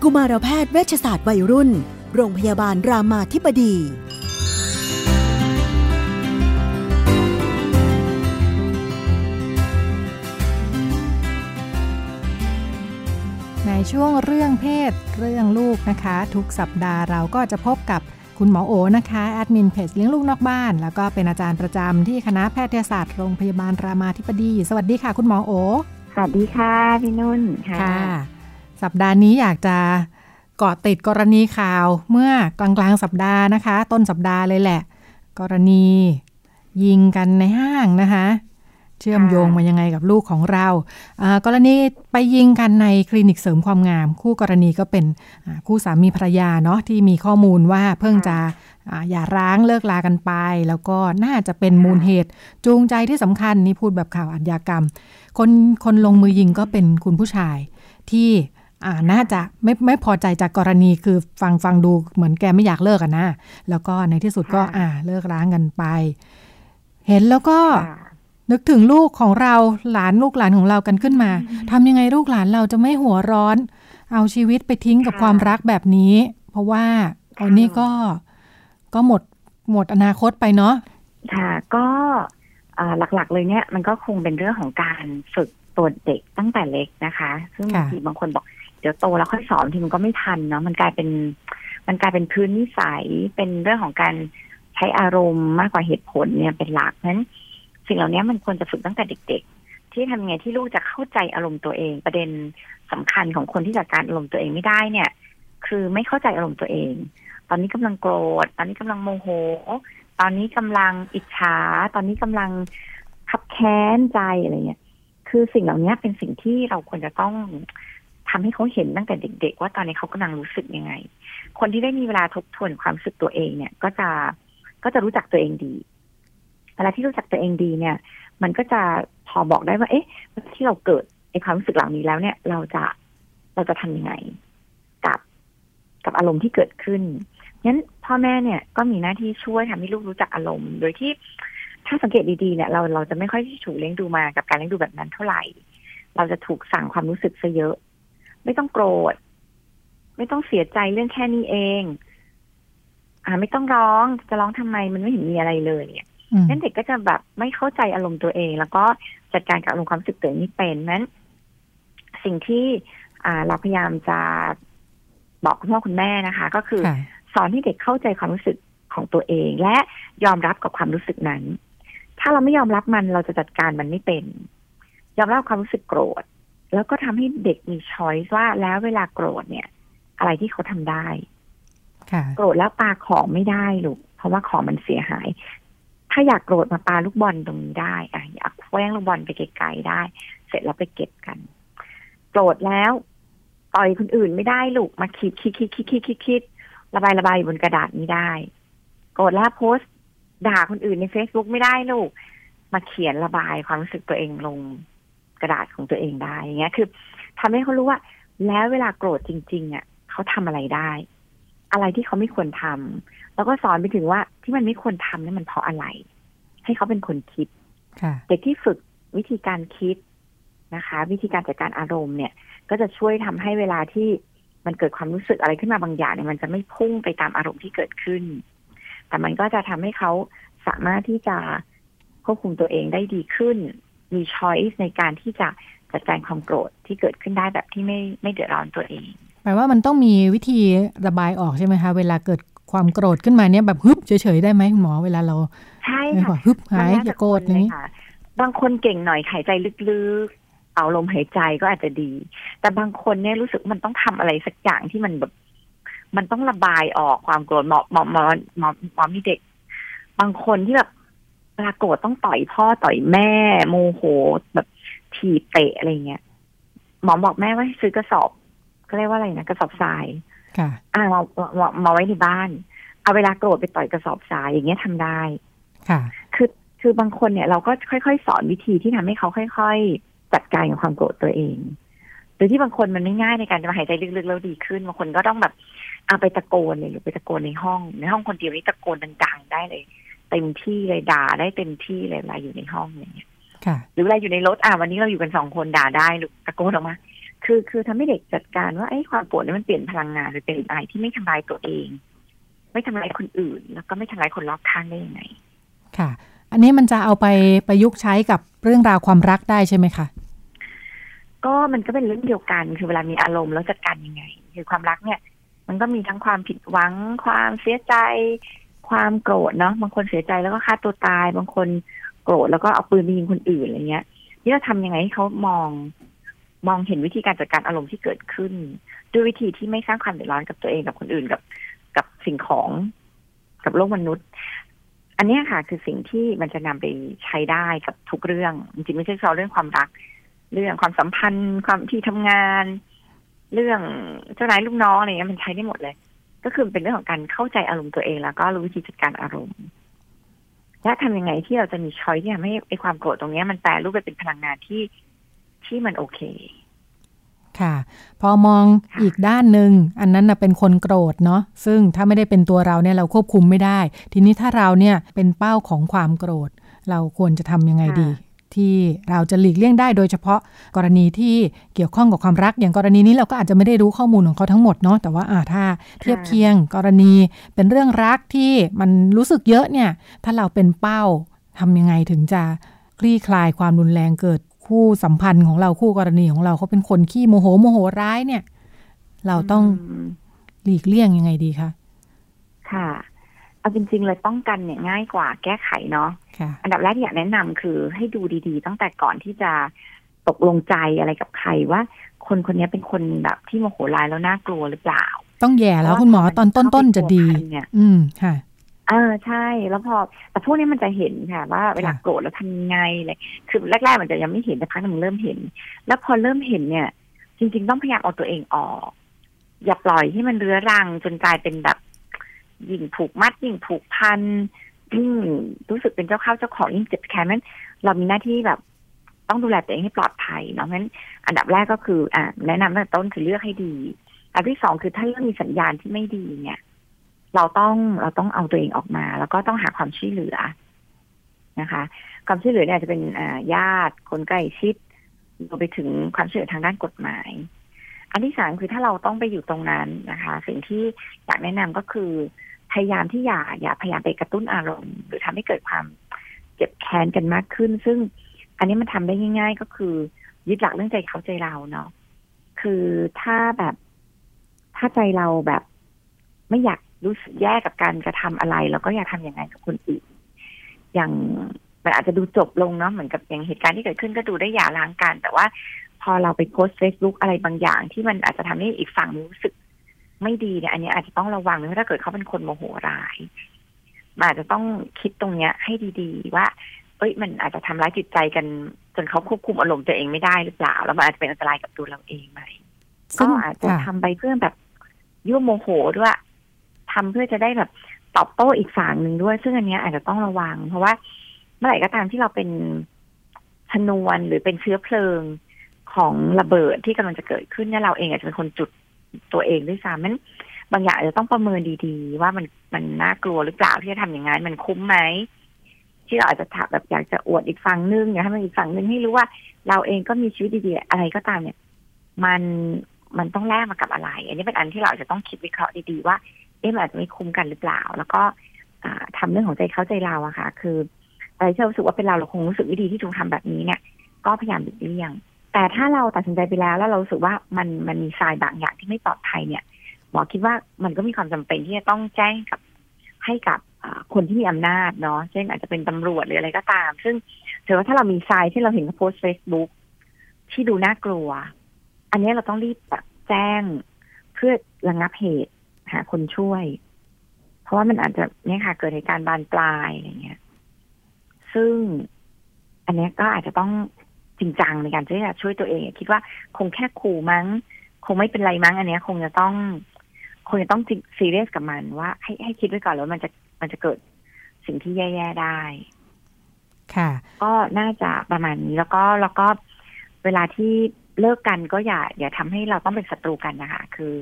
กุมารแพทย์เวชศาสตร์วัยรุ่น โรงพยาบาลรามาธิบดี ในช่วงเรื่องเพศเรื่องลูกนะคะ ทุกสัปดาห์เราก็จะพบกับคุณหมอโอนะคะแอดมินเพจเลี้ยงลูกนอกบ้าน แล้วก็เป็นอาจารย์ประจำที่คณะแพทยศาสตร์โรงพยาบาลรามาธิบดี สวัสดีค่ะ คุณหมอโอ สวัสดีค่ะ พี่นุ่นค่ะ สัปดาห์นี้อยากจะเกาะติดกรณีข่าวเมื่อกลางกลางๆสัปดาห์นะคะ ต้นสัปดาห์เลยแหละ กรณียิงกันในห้างนะคะ เชื่อมโยงมายังไงกับลูกของเราอ่ากรณีไปยิงกันในคลินิกเสริมความงาม คู่กรณีก็เป็นอ่าคู่สามีภรรยาเนาะที่มีข้อมูลว่าเพิ่งจะอ่าอย่าร้างเลิกลากันไป แล้วก็น่าจะเป็นมูลเหตุ จูงใจที่สำคัญนี่พูดแบบข่าวอาชญากรรม คนคนลงมือยิงก็เป็นคุณผู้ชายที่อ่าน่าจะไม่ไม่พอใจจากกรณีคือฟังฟังดูเหมือนแกไม่อยากเลิกอะนะแล้วก็ในที่สุดก็ ค่ะ อ่าเลิกร้างกันไป เห็นแล้วก็ ค่ะ นึกถึงลูกของเราหลานลูกหลานของเรากันขึ้นมาทำยังไงลูกหลานเราจะไม่หัวร้อน เอาชีวิตไปทิ้งกับความรักแบบนี้ เพราะว่าตอนนี้ก็ก็หมดหมดอนาคตไปเนาะ ค่ะก็อ่าหลักๆเลยเนี่ยมันก็คงเป็นเรื่องของการฝึกตัวเด็กตั้งแต่เล็กนะคะ ซึ่งบาง ค่ะ ทีบางคนบอกเดี๋ยวโตแล้วค่อยสอนทีมันก็ไม่ทันเนาะมันกลายเป็น มันกลายเป็นพื้นนิสัยเป็นเรื่องของการใช้อารมณ์มากกว่าเหตุผลเนี่ยเป็นหลักเพราะฉะนั้นสิ่งเหล่านี้มันควรจะฝึกตั้งแต่เด็ก ๆ ที่ทำยังไงที่ลูกจะเข้าใจอารมณ์ตัวเอง ประเด็นสำคัญของคนที่จัดการอารมณ์ตัวเองไม่ได้เนี่ย คือไม่เข้าใจอารมณ์ตัวเอง ตอนนี้กำลังโกรธ ตอนนี้กำลังโมโห ตอนนี้กำลังอิจฉา ตอนนี้กำลังขับแค้นใจอะไรเงี้ย คือสิ่งเหล่านี้เป็นสิ่งที่เราควรจะต้องทำให้เขาเห็นตั้งแต่เด็ก ๆ ว่าตอนนี้เขากำลังรู้สึกยังไง คนที่ได้มีเวลาทบทวนความรู้สึกตัวเองเนี่ย ก็จะก็จะรู้จักตัวเองดี เวลาที่รู้จักตัวเองดีเนี่ย มันก็จะพอบอกได้ว่า เอ๊ะเวลาที่เราเกิดไอ้ความรู้สึกเหล่านี้แล้วเนี่ย เราจะเราจะทำยังไง กับกับอารมณ์ที่เกิดขึ้น งั้นพ่อแม่เนี่ยก็มีหน้าที่ช่วยทำให้ลูกรู้จักอารมณ์ โดยที่ถ้าสังเกตดีๆเนี่ยเราเราจะไม่ค่อยถูกเลี้ยงดูมากับการเลี้ยงดูแบบนั้นเท่าไหร่ เราจะถูกสั่งความรู้สึกซะเยอะ ไม่ต้องโกรธ ไม่ต้องเสียใจเรื่องแค่นี้เอง อ่า ไม่ต้องร้องจะร้องทำไมมันไม่เห็นมีอะไรเลยเนี่ย อืม นั่นเด็กก็จะแบบไม่เข้าใจอารมณ์ตัวเอง แล้วก็จัดการกับอารมณ์ความรู้สึกตัวเองไม่เป็นนั้น สิ่งที่อ่าเราพยายามจะบอกคุณพ่อคุณแม่นะคะ ก็คือ ค่ะ สอนให้เด็กเข้าใจความรู้สึกของตัวเอง และยอมรับกับความรู้สึกนั้น ถ้าเราไม่ยอมรับมันเราจะจัดการมันไม่เป็น ยอมรับความรู้สึกโกรธ แล้วก็ทำให้เด็กมีช้อยส์ว่าแล้วเวลาโกรธเนี่ย อะไรที่เขาทำได้ ค่ะ โกรธแล้วปาของไม่ได้ลูกเพราะว่าของมันเสียหาย ถ้าอยากโกรธมาปาลูกบอลตรงนี้ได้อ่ะอยากแว้งลูกบอลไปไกลๆได้ เสร็จแล้วไปเก็บกัน โกรธแล้วต่อยคนอื่นไม่ได้ลูกมาคิดคิดคิดคิดคิดคิดคิดระบายระบายอยู่บนกระดาษนี้ได้ โกรธแล้วโพสต์ด่าคนอื่นใน Facebook ไม่ได้ลูก มาเขียนระบายความรู้สึกตัวเองลงกระดาษของตัวเองได้อย่างเงี้ย คือทำให้เขารู้ว่า แล้วเวลาโกรธจริง ๆ อ่ะเขาทำอะไรได้ อะไรที่เขาไม่ควรทำแล้วก็สอนไปถึงว่าที่มันไม่ควรทำเนี่ยมันเพราะอะไร ให้เขาเป็นคนคิด ค่ะ เด็กที่ฝึกวิธีการคิดนะคะ วิธีการจัดการอารมณ์เนี่ย ก็จะช่วยทำให้เวลาที่มันเกิดความรู้สึกอะไรขึ้นมาบางอย่างเนี่ยมันจะไม่พุ่งไปตามอารมณ์ที่เกิดขึ้น แต่มันก็จะทำให้เขาสามารถที่จะควบคุมตัวเองได้ดีขึ้น มีช้อยส์ในการที่จะจัดการความโกรธที่เกิดขึ้นได้แบบที่ไม่ไม่เดือดร้อนตัวเอง แปลว่ามันต้องมีวิธีระบายออกใช่ไหมคะ เวลาเกิดความโกรธขึ้นมาเนี่ยแบบฮึบเฉยๆได้ไหมคุณหมอเวลาเรา ใช่ ไม่ ค่ะ ว่าฮึบหาย มันน่ จะโกรธ จ อย่างคน นี้ เลค่ะ บางคนเก่งหน่อยหายใจลึกๆ เอาลมหายใจก็อาจจะดี แต่บางคนเนี่ยรู้สึกมันต้องทำอะไรสักอย่างที่มันแบบ มันต้องระบายออกความโกรธหมอหมอหมอหมอหมอมีเด็ก บางคนที่แบบเวลาโกรธต้องต่อยพ่อต่อยแม่ โมโหแบบถีบเตะอะไรเงี้ยหมอบอกแม่ว่าให้ซื้อกระสอบก็เรียกว่าอะไรนะกระสอบทราย ค่ะ อ่ามามามาไว้ในบ้าน เอาเวลาโกรธไปต่อยกระสอบทรายอย่างเงี้ยทำได้ ค่ะ คือคือบางคนเนี่ยเราก็ค่อยๆ สอนวิธีที่ทำให้เขาค่อยๆ จัดการกับความโกรธตัวเอง หรือที่บางคนมันไม่ง่ายในการจะมาหายใจลึกๆแล้วดีขึ้นบางคนก็ต้องแบบเอาไปตะโกนเลยหรือไปตะโกนในห้อง ในห้องคนเดียวนี่ตะโกนดังๆได้เลย เต็มที่เลยด่าได้เต็มที่เลยเวลาอยู่ในห้องอย่างเงี้ย ค่ะ หรือเวลาอยู่ในรถอ่ะวันนี้เราอยู่กันสองคนด่าได้หรือตะโกนออกมา คือคือทำให้เด็กจัดการว่าไอ้ยความโกรธนี่มันเปลี่ยนพลังงานหรือเป็นอะไรที่ไม่ทำลายตัวเอง ไม่ทำลายคนอื่น แล้วก็ไม่ทำลายคนรอบข้างได้ยังไง ค่ะ อันนี้มันจะเอาไปประยุกต์ใช้กับเรื่องราวความรักได้ใช่ไหมคะ ก็มันก็เป็นเรื่องเดียวกัน คือเวลามีอารมณ์แล้วจัดการยังไง คือความรักเนี่ย มันก็มีทั้งความผิดหวัง ความเสียใจ ความโกรธเนาะ บางคนเสียใจแล้วก็ฆ่าตัวตาย บางคนโกรธแล้วก็เอาปืนไปยิงคนอื่นอะไรเงี้ย นี่เราทำยังไงให้เขามอง มองเห็นวิธีการจัดการอารมณ์ที่เกิดขึ้น ด้วยวิธีที่ไม่สร้างความเดือดร้อนกับตัวเองกับคนอื่นกับ กับสิ่งของกับโลกมนุษย์ อันเนี้ยค่ะ คือสิ่งที่มันจะนำไปใช้ได้กับทุกเรื่อง จริงๆไม่ใช่เฉพาะเรื่องความรัก เรื่องความสัมพันธ์ ความที่ทำงาน เรื่องเจ้านายลูกน้องอะไรเงี้ยมันใช้ได้หมดเลย ก็คือเป็นเรื่องของการเข้าใจอารมณ์ตัวเองแล้วก็รู้วิธีจัดการอารมณ์และทำยังไงที่เราจะมีช้อยที่ทำให้ไอความโกรธตรงเนี้ยมันแปลรูปไปเป็นพลังงานที่ที่มันโอเค ค่ะ พอมองอีกด้านหนึ่งอันนั้นนะเป็นคนโกรธเนาะซึ่งถ้าไม่ได้เป็นตัวเราเนี่ยเราควบคุมไม่ได้ ทีนี้ถ้าเราเนี่ยเป็นเป้าของความโกรธ เราควรจะทำยังไงดี ค่ะ ที่เราจะหลีกเลี่ยงได้โดยเฉพาะกรณีที่เกี่ยวข้องกับความรัก อย่างกรณีนี้เราก็อาจจะไม่ได้รู้ข้อมูลของเขาทั้งหมดเนาะแต่ว่าอ่าถ้าเทียบเคียงกรณีเป็นเรื่องรักที่มันรู้สึกเยอะเนี่ยถ้าเราเป็นเป้าทำยังไงถึงจะ คลี่คลายความรุนแรงเกิดคู่สัมพันธ์ของเราคู่กรณีของเราเขาเป็นคนขี้โมโหโมโหร้ายเนี่ย เราต้อง ม หลีกเลี่ยงยังไงดีคะ ค่ะ เอาจริงๆเลยป้องกันเนี่ยง่ายกว่าแก้ไขเนาะ ค่ะ อันดับแรกที่อยากแนะนำคือให้ดูดีๆ ตั้งแต่ก่อนที่จะตกลงใจอะไรกับใครว่า คนคนนี้เป็นคนแบบที่โมโหร้ายแล้วน่ากลัวหรือเปล่า ต้องแย่แล้วคุณหมอตอนต้นๆจะดี เพราว่ามันเข้าไปผัวพันเนี่ย อืมค่ะ เออใช่ แล้วพอ แต่พวกนี้มันจะเห็นค่ะ ว่าเวลา ค่ะ โกรธแล้วทำยังไงเลย คือแรกๆมันจะยังไม่เห็นแต่พักหนึ่งเริ่มเห็น แล้วพอเริ่มเห็นเนี่ย จริง ๆ ต้องพยายามเอาตัวเองออก อย่าปล่อยให้มันเรื้อรังจนกลายเป็นแบบยิ่งผูกมัดยิ่งผูกพันยิ่งรู้สึกเป็นเจ้าเข้าเจ้าของยิ่งเจ็บแค้นนั้น เรามีหน้าที่แบบ ต้องดูแลตัวเองให้ปลอดภัยเนาะเพราะฉะนั้นอันดับแรกก็คือ อ่ะแนะนำตั้งแต่ต้นคือเลือกให้ดี อันที่สองคือถ้าเริ่มมีสัญญาณที่ไม่ดีเนี่ย เราต้องเราต้องเอาตัวเองออกมา แล้วก็ต้องหาความช่วยเหลือนะคะ ความช่วยเหลือเนี่ยอาจจะเป็นอ่าญาติคนใกล้ชิดรวมไปถึงความช่วยเหลือทางด้านกฎหมาย อันที่สามคือถ้าเราต้องไปอยู่ตรงนั้นนะคะ สิ่งที่อยากแนะนำก็คือ พยายามที่อย่าอย่าพยายามไปกระตุ้นอารมณ์ หรือทำให้เกิดความเจ็บแค้นกันมากขึ้น ซึ่งอันนี้มันทำได้ง่าย ๆ ก็คือยึดหลักเรื่องใจเขาใจเราเนาะคือถ้าแบบถ้าใจเราแบบ ไม่อยากรู้สึกแย่กับการกระทำอะไร แล้วก็อยากทำอย่างไงกับคนอื่น อย่างมันอาจจะดูจบลงเนาะเหมือนกับอย่างเหตุการณ์ที่เกิดขึ้นก็ดูได้หย่าร้างกัน แต่ว่าพอเราไปโพสต์เฟซบุ๊กอะไรบางอย่าง ที่มันอาจจะทำให้อีกฝั่งรู้สึก ไม่ดีเนี่ยอันนี้อาจจะต้องระวังเพราะถ้าเกิดเขาเป็นคนโมโหร้ายมันอาจจะต้องคิดตรงเนี้ย ให้ดีๆ ว่า เอ้ย มันอาจจะทำร้ายจิตใจกัน จนเขาควบคุมอารมณ์ตัวเองไม่ได้หรือเปล่า แล้วมันอาจจะเป็นอันตรายกับตัวเราเองไหม ซึ่ ก็ ง อาจจะ ค่ะ ทำไปเพื่อแบบยั่วโมโหด้วยทำเพื่อจะได้แบบตอบโต้อีกฝั่งหนึ่งด้วย ซึ่งอันเนี้ยอาจจะต้องระวัง เพราะว่าเมื่อไหร่ก็ตามที่เราเป็นชนวนหรือเป็นเชื้อเพลิงของระเบิดที่กำลังจะเกิดขึ้นเนี่ยเราเองอาจจะเป็นคนจุดตัวเองด้วยซ้ำมันบางอย่างอาจจะต้องประเมินดีๆ ว่ามันมันน่ากลัวหรือเปล่าที่จะทำอย่างนั้นมันคุ้มไหมที่เราอาจจะถามแบบอยากจะอวดอีกฝั่งนึงอยากให้มันอีกฝั่งนึงให้รู้ว่า เราเองก็มีชีวิตดีๆ อะไรก็ตามเนี่ย มันมันต้องแลกมากับอะไร อันนี้เป็นอันที่เราอาจจะต้องคิดวิเคราะห์ดีๆว่า เอ๊ะมันอาจจะไม่คุ้มกันหรือเปล่า แล้วก็ อ่าทำเรื่องของใจเขาใจเราอะค่ะ คืออะไรที่เรารู้สึกว่าเป็นเราเราคงรู้สึกไม่ดีที่ถูกทำแบบนี้เนี่ย ก็พยายามหลีกเลี่ยง แต่ถ้าเราตัดสินใจไปแล้ว แล้วเรารู้สึกว่ามันมันมีทรายบางอย่างที่ไม่ปลอดภัยเนี่ยหมอคิดว่ามันก็มีความจำเป็นที่จะต้องแจ้งกับให้กับอ่าคนที่มีอำนาจเนาะเช่นอาจจะเป็นตำรวจหรืออะไรก็ตาม ซึ่งถือว่าถ้าเรามีทรายที่เราเห็นเขาโพสเฟซบุ๊กที่ดูน่ากลัว อันนี้เราต้องรีบแบบแจ้งเพื่อระงับเหตุหาคนช่วย เพราะว่ามันอาจจะเนี่ยค่ะ เกิดเหตุการณ์บานปลายอะไรเงี้ย ซึ่งอันเนี้ยก็อาจจะต้องจริงจังในการที่จะช่วยตัวเอง คิดว่าคงแค่ขู่มั้ง คงไม่เป็นไรมั้ง อันเนี้ยคงจะต้อง คงจะต้องซีเรียสกับมันว่าให้ให้คิดไว้ก่อนแล้วามันจะมันจะเกิดสิ่งที่แย่ๆได้ ค่ะ ก็น่าจะประมาณนี้แล้วก็แล้วก็เวลาที่เลิกกันก็อย่า อย่าทำให้เราต้องเป็นศัตรูกันนะคะ คือ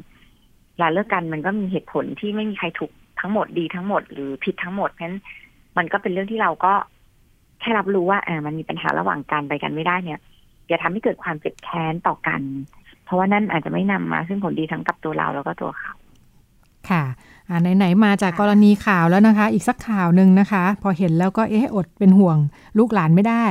เวลาเลิกกันมันก็มีเหตุผลที่ไม่มีใครถูกทั้งหมดดีทั้งหมด หรือผิดทั้งหมดเพราะฉะนั้นมันก็เป็นเรื่องที่เราก็แค่รับรู้ว่าอ่ามันมีปัญหาระหว่างกันไปกันไม่ได้เนี่ย อย่าทำให้เกิดความเจ็บแค้นต่อกัน เพราะว่านั่นอาจจะไม่นำมาซึ่งผลดีทั้งกับตัวเราแล้วก็ตัวเขา ค่ะอ่าไหน ๆ มาจากกรณีข่าวแล้วนะคะ อีกสักข่าวหนึ่งนะคะ พอเห็นแล้วก็เอ๊ะอดเป็นห่วงลูกหลานไม่ได้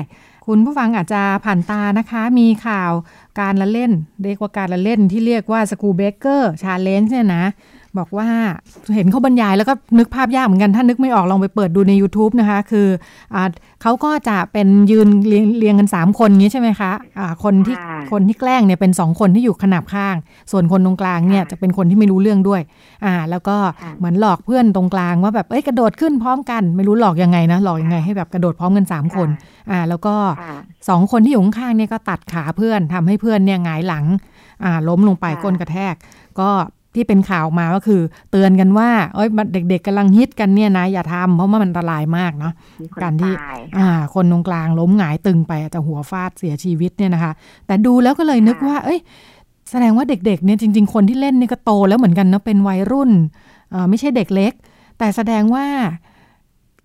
คุณผู้ฟังอาจจะผ่านตานะคะ มีข่าวการละเล่น เรียกว่าการละเล่นที่เรียกว่าสกูเบเกอร์ชาเลนจ์เนี่ยนะ บอกว่าเห็นเขาบรรยายแล้วก็นึกภาพยากเหมือนกัน ถ้านึกไม่ออกลองไปเปิดดูใน YouTube นะคะ คืออาเขาก็จะเป็นยืนเรียงเรียงกัน 3 คนอย่างนี้ใช่ไหมคะอ่าคนที่ ค่ะ คนที่แกล้งเนี่ยเป็น 2 คนที่อยู่ขนาบข้าง ส่วนคนตรงกลางเนี่ยจะเป็นคนที่ไม่รู้เรื่องด้วย อ่าแล้วก็ ค่ะ เหมือนหลอกเพื่อนตรงกลางว่าแบบเอ้ยกระโดดขึ้นพร้อมกันไม่รู้หลอกยังไงนะหลอกยังไงให้แบบกระโดดพร้อมกันสามคนอ่าแล้วก็ ค่ะ สองคนที่อยู่ข้างๆเนี่ยก็ตัดขาเพื่อนทำให้เพื่อนเนี่ยหงายหลังอ่าล้มลงไป ค่ะ ก้นกระแทก ก็ที่เป็นข่าวมาก็คือ เตือนกันว่าเอ้ยมันเด็กๆกำลังฮิตกันเนี่ยนะอย่าทำเพราะว่ามันอันตรายมากเนาะ มีคน การที่ ตาย อ่าคนตรงกลางล้มหงายตึงไปอาจจะหัวฟาดเสียชีวิตเนี่ยนะคะ แต่ดูแล้วก็เลยนึกว่า เอ้ย แสดงว่าเด็กๆเนี่ยจริง ๆ คนที่เล่นนี่ก็โตแล้วเหมือนกันเนาะเป็นวัยรุ่นเอ่อไม่ใช่เด็กเล็ก แต่แสดงว่า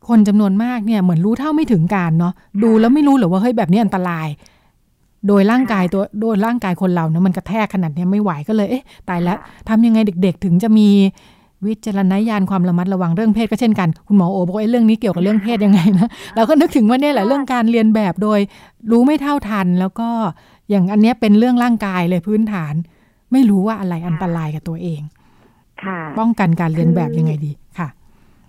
คนจำนวนมากเนี่ยเหมือนรู้เท่าไม่ถึงการเนาะดูแล้วไม่รู้เหรือว่าเฮ้ยแบบนี้อันตราย โดยร่างกายตัวโดยร่างกายคนเรานะมันกระแทกขนาดเนี้ยไม่ไหวก็เลยเอ๊ะตายแล้วทำยังไงเด็ก ๆ ถึงจะมีวิจารณญาณความระมัดระวังเรื่องเพศก็เช่นกันคุณหมอโอบอกว่าเอ้ยเรื่องนี้เกี่ยวกับเรื่องเพศยังไง นะ เราก็นึกถึงว่าเนี่ยแหละเรื่องการเรียนแบบโดย รู้ไม่เท่าทันแล้วก็อย่างอันเนี้ยเป็นเรื่องร่างกายเลยพื้นฐาน ไม่รู้ว่าอะไรอันตรายกับตัวเอง ค่ะ ป้องกันการเรียนแบบยังไงดีค่ะ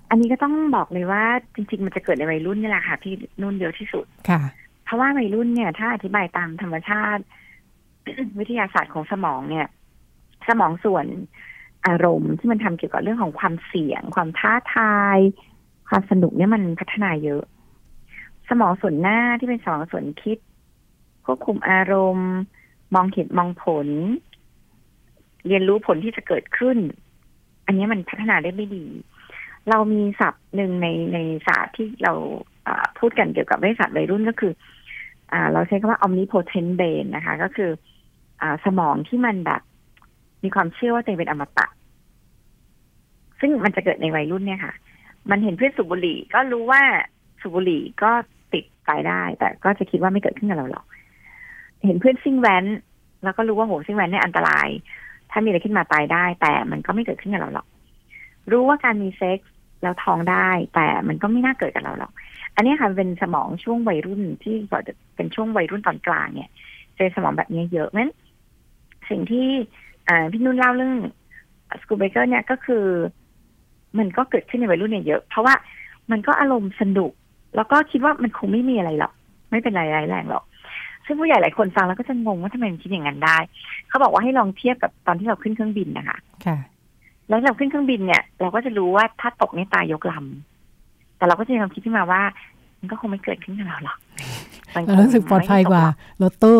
อันนี้ก็ต้องบอกเลยว่าจริง ๆ มันจะเกิดในวัยรุ่นนี่แหละค่ะที่นุ่นเดียวที่สุด ค่ะ เพราะว่าวัยรุ่นเนี่ย ถ้าอธิบายตามธรรมชาติ วิทยาศาสตร์ของสมองเนี่ย สมองส่วนอารมณ์ที่มันทำเกี่ยวกับเรื่องของความเสี่ยง ความท้าทาย ความสนุกเนี่ยมันพัฒนาเยอะ สมองส่วนหน้าที่เป็นสมองส่วนคิดควบคุมอารมณ์ มองเห็นมองผล เรียนรู้ผลที่จะเกิดขึ้น อันนี้มันพัฒนาได้ไม่ดี เรามีศัพท์หนึ่งในในศาสตร์ที่เราอ่าพูดกันเกี่ยวกับเวชศาสตร์วัยรุ่นก็คือ อ่า เราใช้คำว่า omnipotent brain นะคะ ก็คือ อ่าสมองที่มันแบบ มีความเชื่อว่าตัวเองเป็นอมตะ ซึ่งมันจะเกิดในวัยรุ่นเนี่ยค่ะ มันเห็นเพื่อนสูบบุหรี่ ก็รู้ว่าสูบบุหรี่ก็ติดตายได้ แต่ก็จะคิดว่าไม่เกิดขึ้นกับเราหรอก เห็นเพื่อนซิ่งแว้น แล้วก็รู้ว่าโหซิ่งแว้นเนี่ยอันตราย ถ้ามีอะไรขึ้นมาตายได้ แต่มันก็ไม่เกิดขึ้นกับเราหรอก รู้ว่าการมีเซ็กซ์แล้วท้องได้ แต่มันก็ไม่น่าเกิดกับเราหรอก อันนี้ค่ะเป็นสมองช่วงวัยรุ่นที่ก่อนจะเป็นช่วงวัยรุ่นตอนกลางเนี่ยเจอสมองแบบนี้เยอะเพราะฉะนั้นสิ่งที่อ่าพี่นุ่นเล่าเรื่องสกูเบเกอร์เนี่ยก็คือ มันก็เกิดขึ้นในวัยรุ่นเนี่ยเยอะ เพราะว่ามันก็อารมณ์สนุก แล้วก็คิดว่ามันคงไม่มีอะไรหรอก ไม่เป็นไรร้ายแรงหรอก ซึ่งผู้ใหญ่หลายคนฟังแล้วก็จะงงว่าทำไมมันคิดอย่างนั้นได้ เขาบอกว่าให้ลองเทียบกับตอนที่เราขึ้นเครื่องบินนะคะ ค่ะ แล้วเราขึ้นเครื่องบินเนี่ยเราก็จะรู้ว่าถ้าตกนี่ตายยกลำแต่เราก็จะมีความคิดขึ้นมาว่า มันก็คงไม่เกิดขึ้นกับเราหรอกมันค เรา ง รู้สึกปลอดภัยกว่า ไม่ตหรอ รถตู้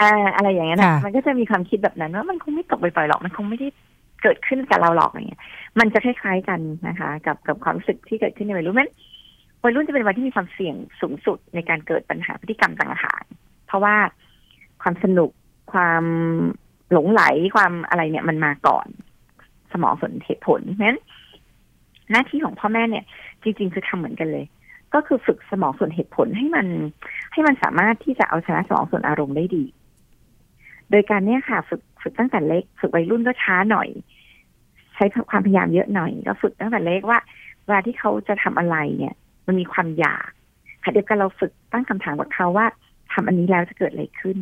อ่าอะไรอย่างเงี้ยนะ ค่ะ มันก็จะมีความคิดแบบนั้นว่ามันคงไม่ตกไปปล่อยๆหรอก มันคงไม่ได้เกิดขึ้นกับเราหรอกอะไรเงี้ย มันจะคล้ายๆกันนะคะ กับกับความรู้สึกที่เกิดขึ้นในวัยรุ่นนั้นวัยรุ่นจะเป็นวัยที่มีความเสี่ยงสูงสุดในการเกิดปัญหาพฤติกรรมต่างๆเพราะว่าความสนุกความหลงไหลความอะไรเนี่ยมันมาก่อน สมองส่วนเหตุผลเพราะฉะนั้น หน้าที่ของพ่อแม่เนี่ย จริง ๆ คือทำเหมือนกันเลย ก็คือฝึกสมองส่วนเหตุผลให้มัน ให้มันสามารถที่จะเอาชนะสมองส่วนอารมณ์ได้ดี โดยการเนี่ยค่ะ ฝึกฝึกตั้งแต่เล็ก ฝึกวัยรุ่นก็ช้าหน่อย ใช้ความพยายามเยอะหน่อย ก็ฝึกตั้งแต่เล็กว่า เวลาที่เขาจะทำอะไรเนี่ย มันมีความอยากค่ะเดียวกันเราฝึกตั้งคำถามกับเขาว่าทำอันนี้แล้วจะเกิดอะไรขึ้น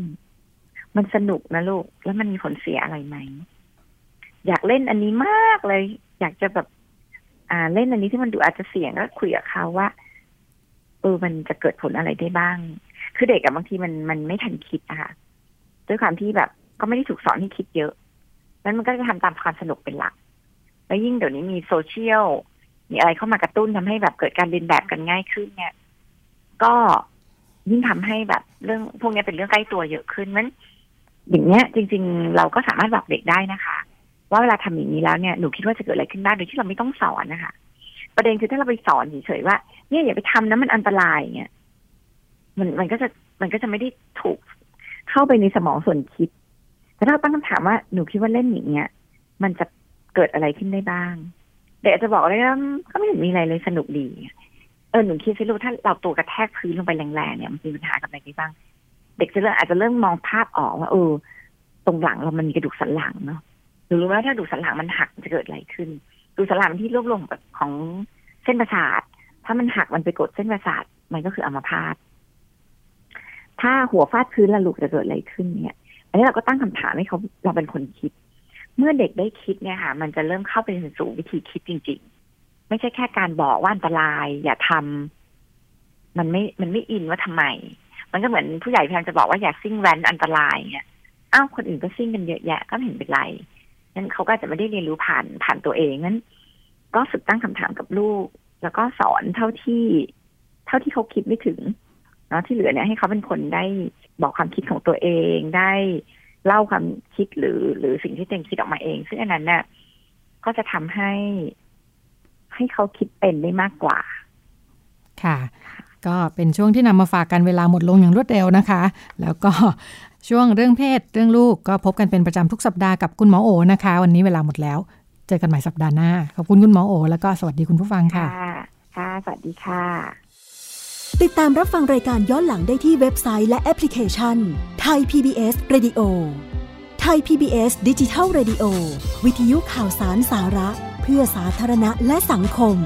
มันสนุกนะลูก แล้วมันมีผลเสียอะไรไหม อยากเล่นอันนี้มากเลย อยากจะแบบ อ่าเล่นอันนี้ที่มันดูอาจจะเสี่ยงก็คุยกับเขาว่าเออมันจะเกิดผลอะไรได้บ้าง คือเด็กอะบางทีมันมันไม่ทันคิดอะค่ะด้วยความที่แบบก็ไม่ได้ถูกสอนให้คิดเยอะนั้นมันก็จะทำตามความสนุกเป็นหลัก แล้วยิ่งเดี๋ยวนี้มีโซเชียลมีอะไรเข้ามากระตุ้นทำให้แบบเกิดการเรียนแบบกันง่ายขึ้นเนี่ย ก็ยิ่งทำให้แบบเรื่องพวกเนี้ยเป็นเรื่องใกล้ตัวเยอะขึ้นมันอย่างเนี้ย จริง ๆ เราก็สามารถบอกเด็กได้นะคะ ว่าเวลาทำอย่างนี้แล้วเนี่ยหนูคิดว่าจะเกิดอะไรขึ้นบ้างโดยที่เราไม่ต้องสอนนะคะ ประเด็นคือถ้าเราไปสอนเฉยๆว่าเนี่ยอย่าไปทำนะมันอันตรายเงี้ยมันมันก็จะมันก็จะไม่ได้ถูกเข้าไปในสมองส่วนคิด แต่ถ้าเราตั้งคำถามว่าหนูคิดว่าเล่นอย่างเงี้ยมันจะเกิดอะไรขึ้นได้บ้าง เด็กอาจจะบอกเลยว่าก็ไม่เห็นมีอะไรเลยสนุกดีเออหนูคิดสิลูกถ้าเราตัวกระแทกพื้นลงไปแรงๆเนี่ยมันมีปัญหากับอะไรได้บ้าง เด็กจะเริ่มอาจจะเริ่มมองภาพออกว่าเออตรงหลังเรามันมีกระดูกสันหลังเนาะหนูรู้ไหมว่าถ้ากระดูกสันหลังมันหักมันจะเกิดอะไรขึ้น ดูสนหลังที่รวบรวมแบบของเส้นประสาท ถ้ามันหักมันไปกดเส้นประสาท มันก็คืออัมพาต ถ้าหัวฟาดพื้นและลูกจะเกิดอะไรขึ้นเนี่ย อันนี้เราก็ตั้งคำถามให้เขาเราเป็นคนคิด เมื่อเด็กได้คิดเนี่ยค่ะ มันจะเริ่มเข้าไปสู่วิธีคิดจริง ๆ ไม่ใช่แค่การบอกว่าอันตราย อย่าทำมันไม่มันไม่อินว่าทำไม มันก็เหมือนผู้ใหญ่พยายามจะบอกว่าอย่าซิ่งแว้นอันตรายเนี่ยอ้าวคนอื่นก็ซิ่งกันเยอะแยะก็ไม่เห็นเป็นไร นั้นเขาก็อาจจะไม่ได้เรียนรู้ผ่านผ่านตัวเองนั้น ก็ฝึกตั้งคำถามกับลูก แล้วก็สอนเท่าที่ เท่าที่เขาคิดไม่ถึงเนาะที่เหลือเนี่ยให้เขาเป็นคนได้บอกความคิดของตัวเองได้เล่าความคิดหรือหรือสิ่งที่ตัวเองคิดออกมาเอง ซึ่งอันนั้นเนี่ยก็จะทำให้ ให้เขาคิดเป็นได้มากกว่า ค่ะ ก็เป็นช่วงที่นำมาฝากกันเวลาหมดลงอย่างรวดเร็วนะคะ แล้วก็ ช่วงเรื่องเพศเรื่องลูกก็พบกันเป็นประจำทุกสัปดาห์กับคุณหมอโอนะคะ วันนี้เวลาหมดแล้ว เจอกันใหม่สัปดาห์หน้า ขอบคุณคุณหมอโอ แล้วก็สวัสดีคุณผู้ฟังค่ะ ค่ะ สวัสดีค่ะ ติดตามรับฟังรายการย้อนหลังได้ที่เว็บไซต์และแอปพลิเคชันไทย PBS Radio ไทย PBS ดิจิทัล Radio วิทยุข่าวสารสาระ เพื่อสาธารณะและสังคม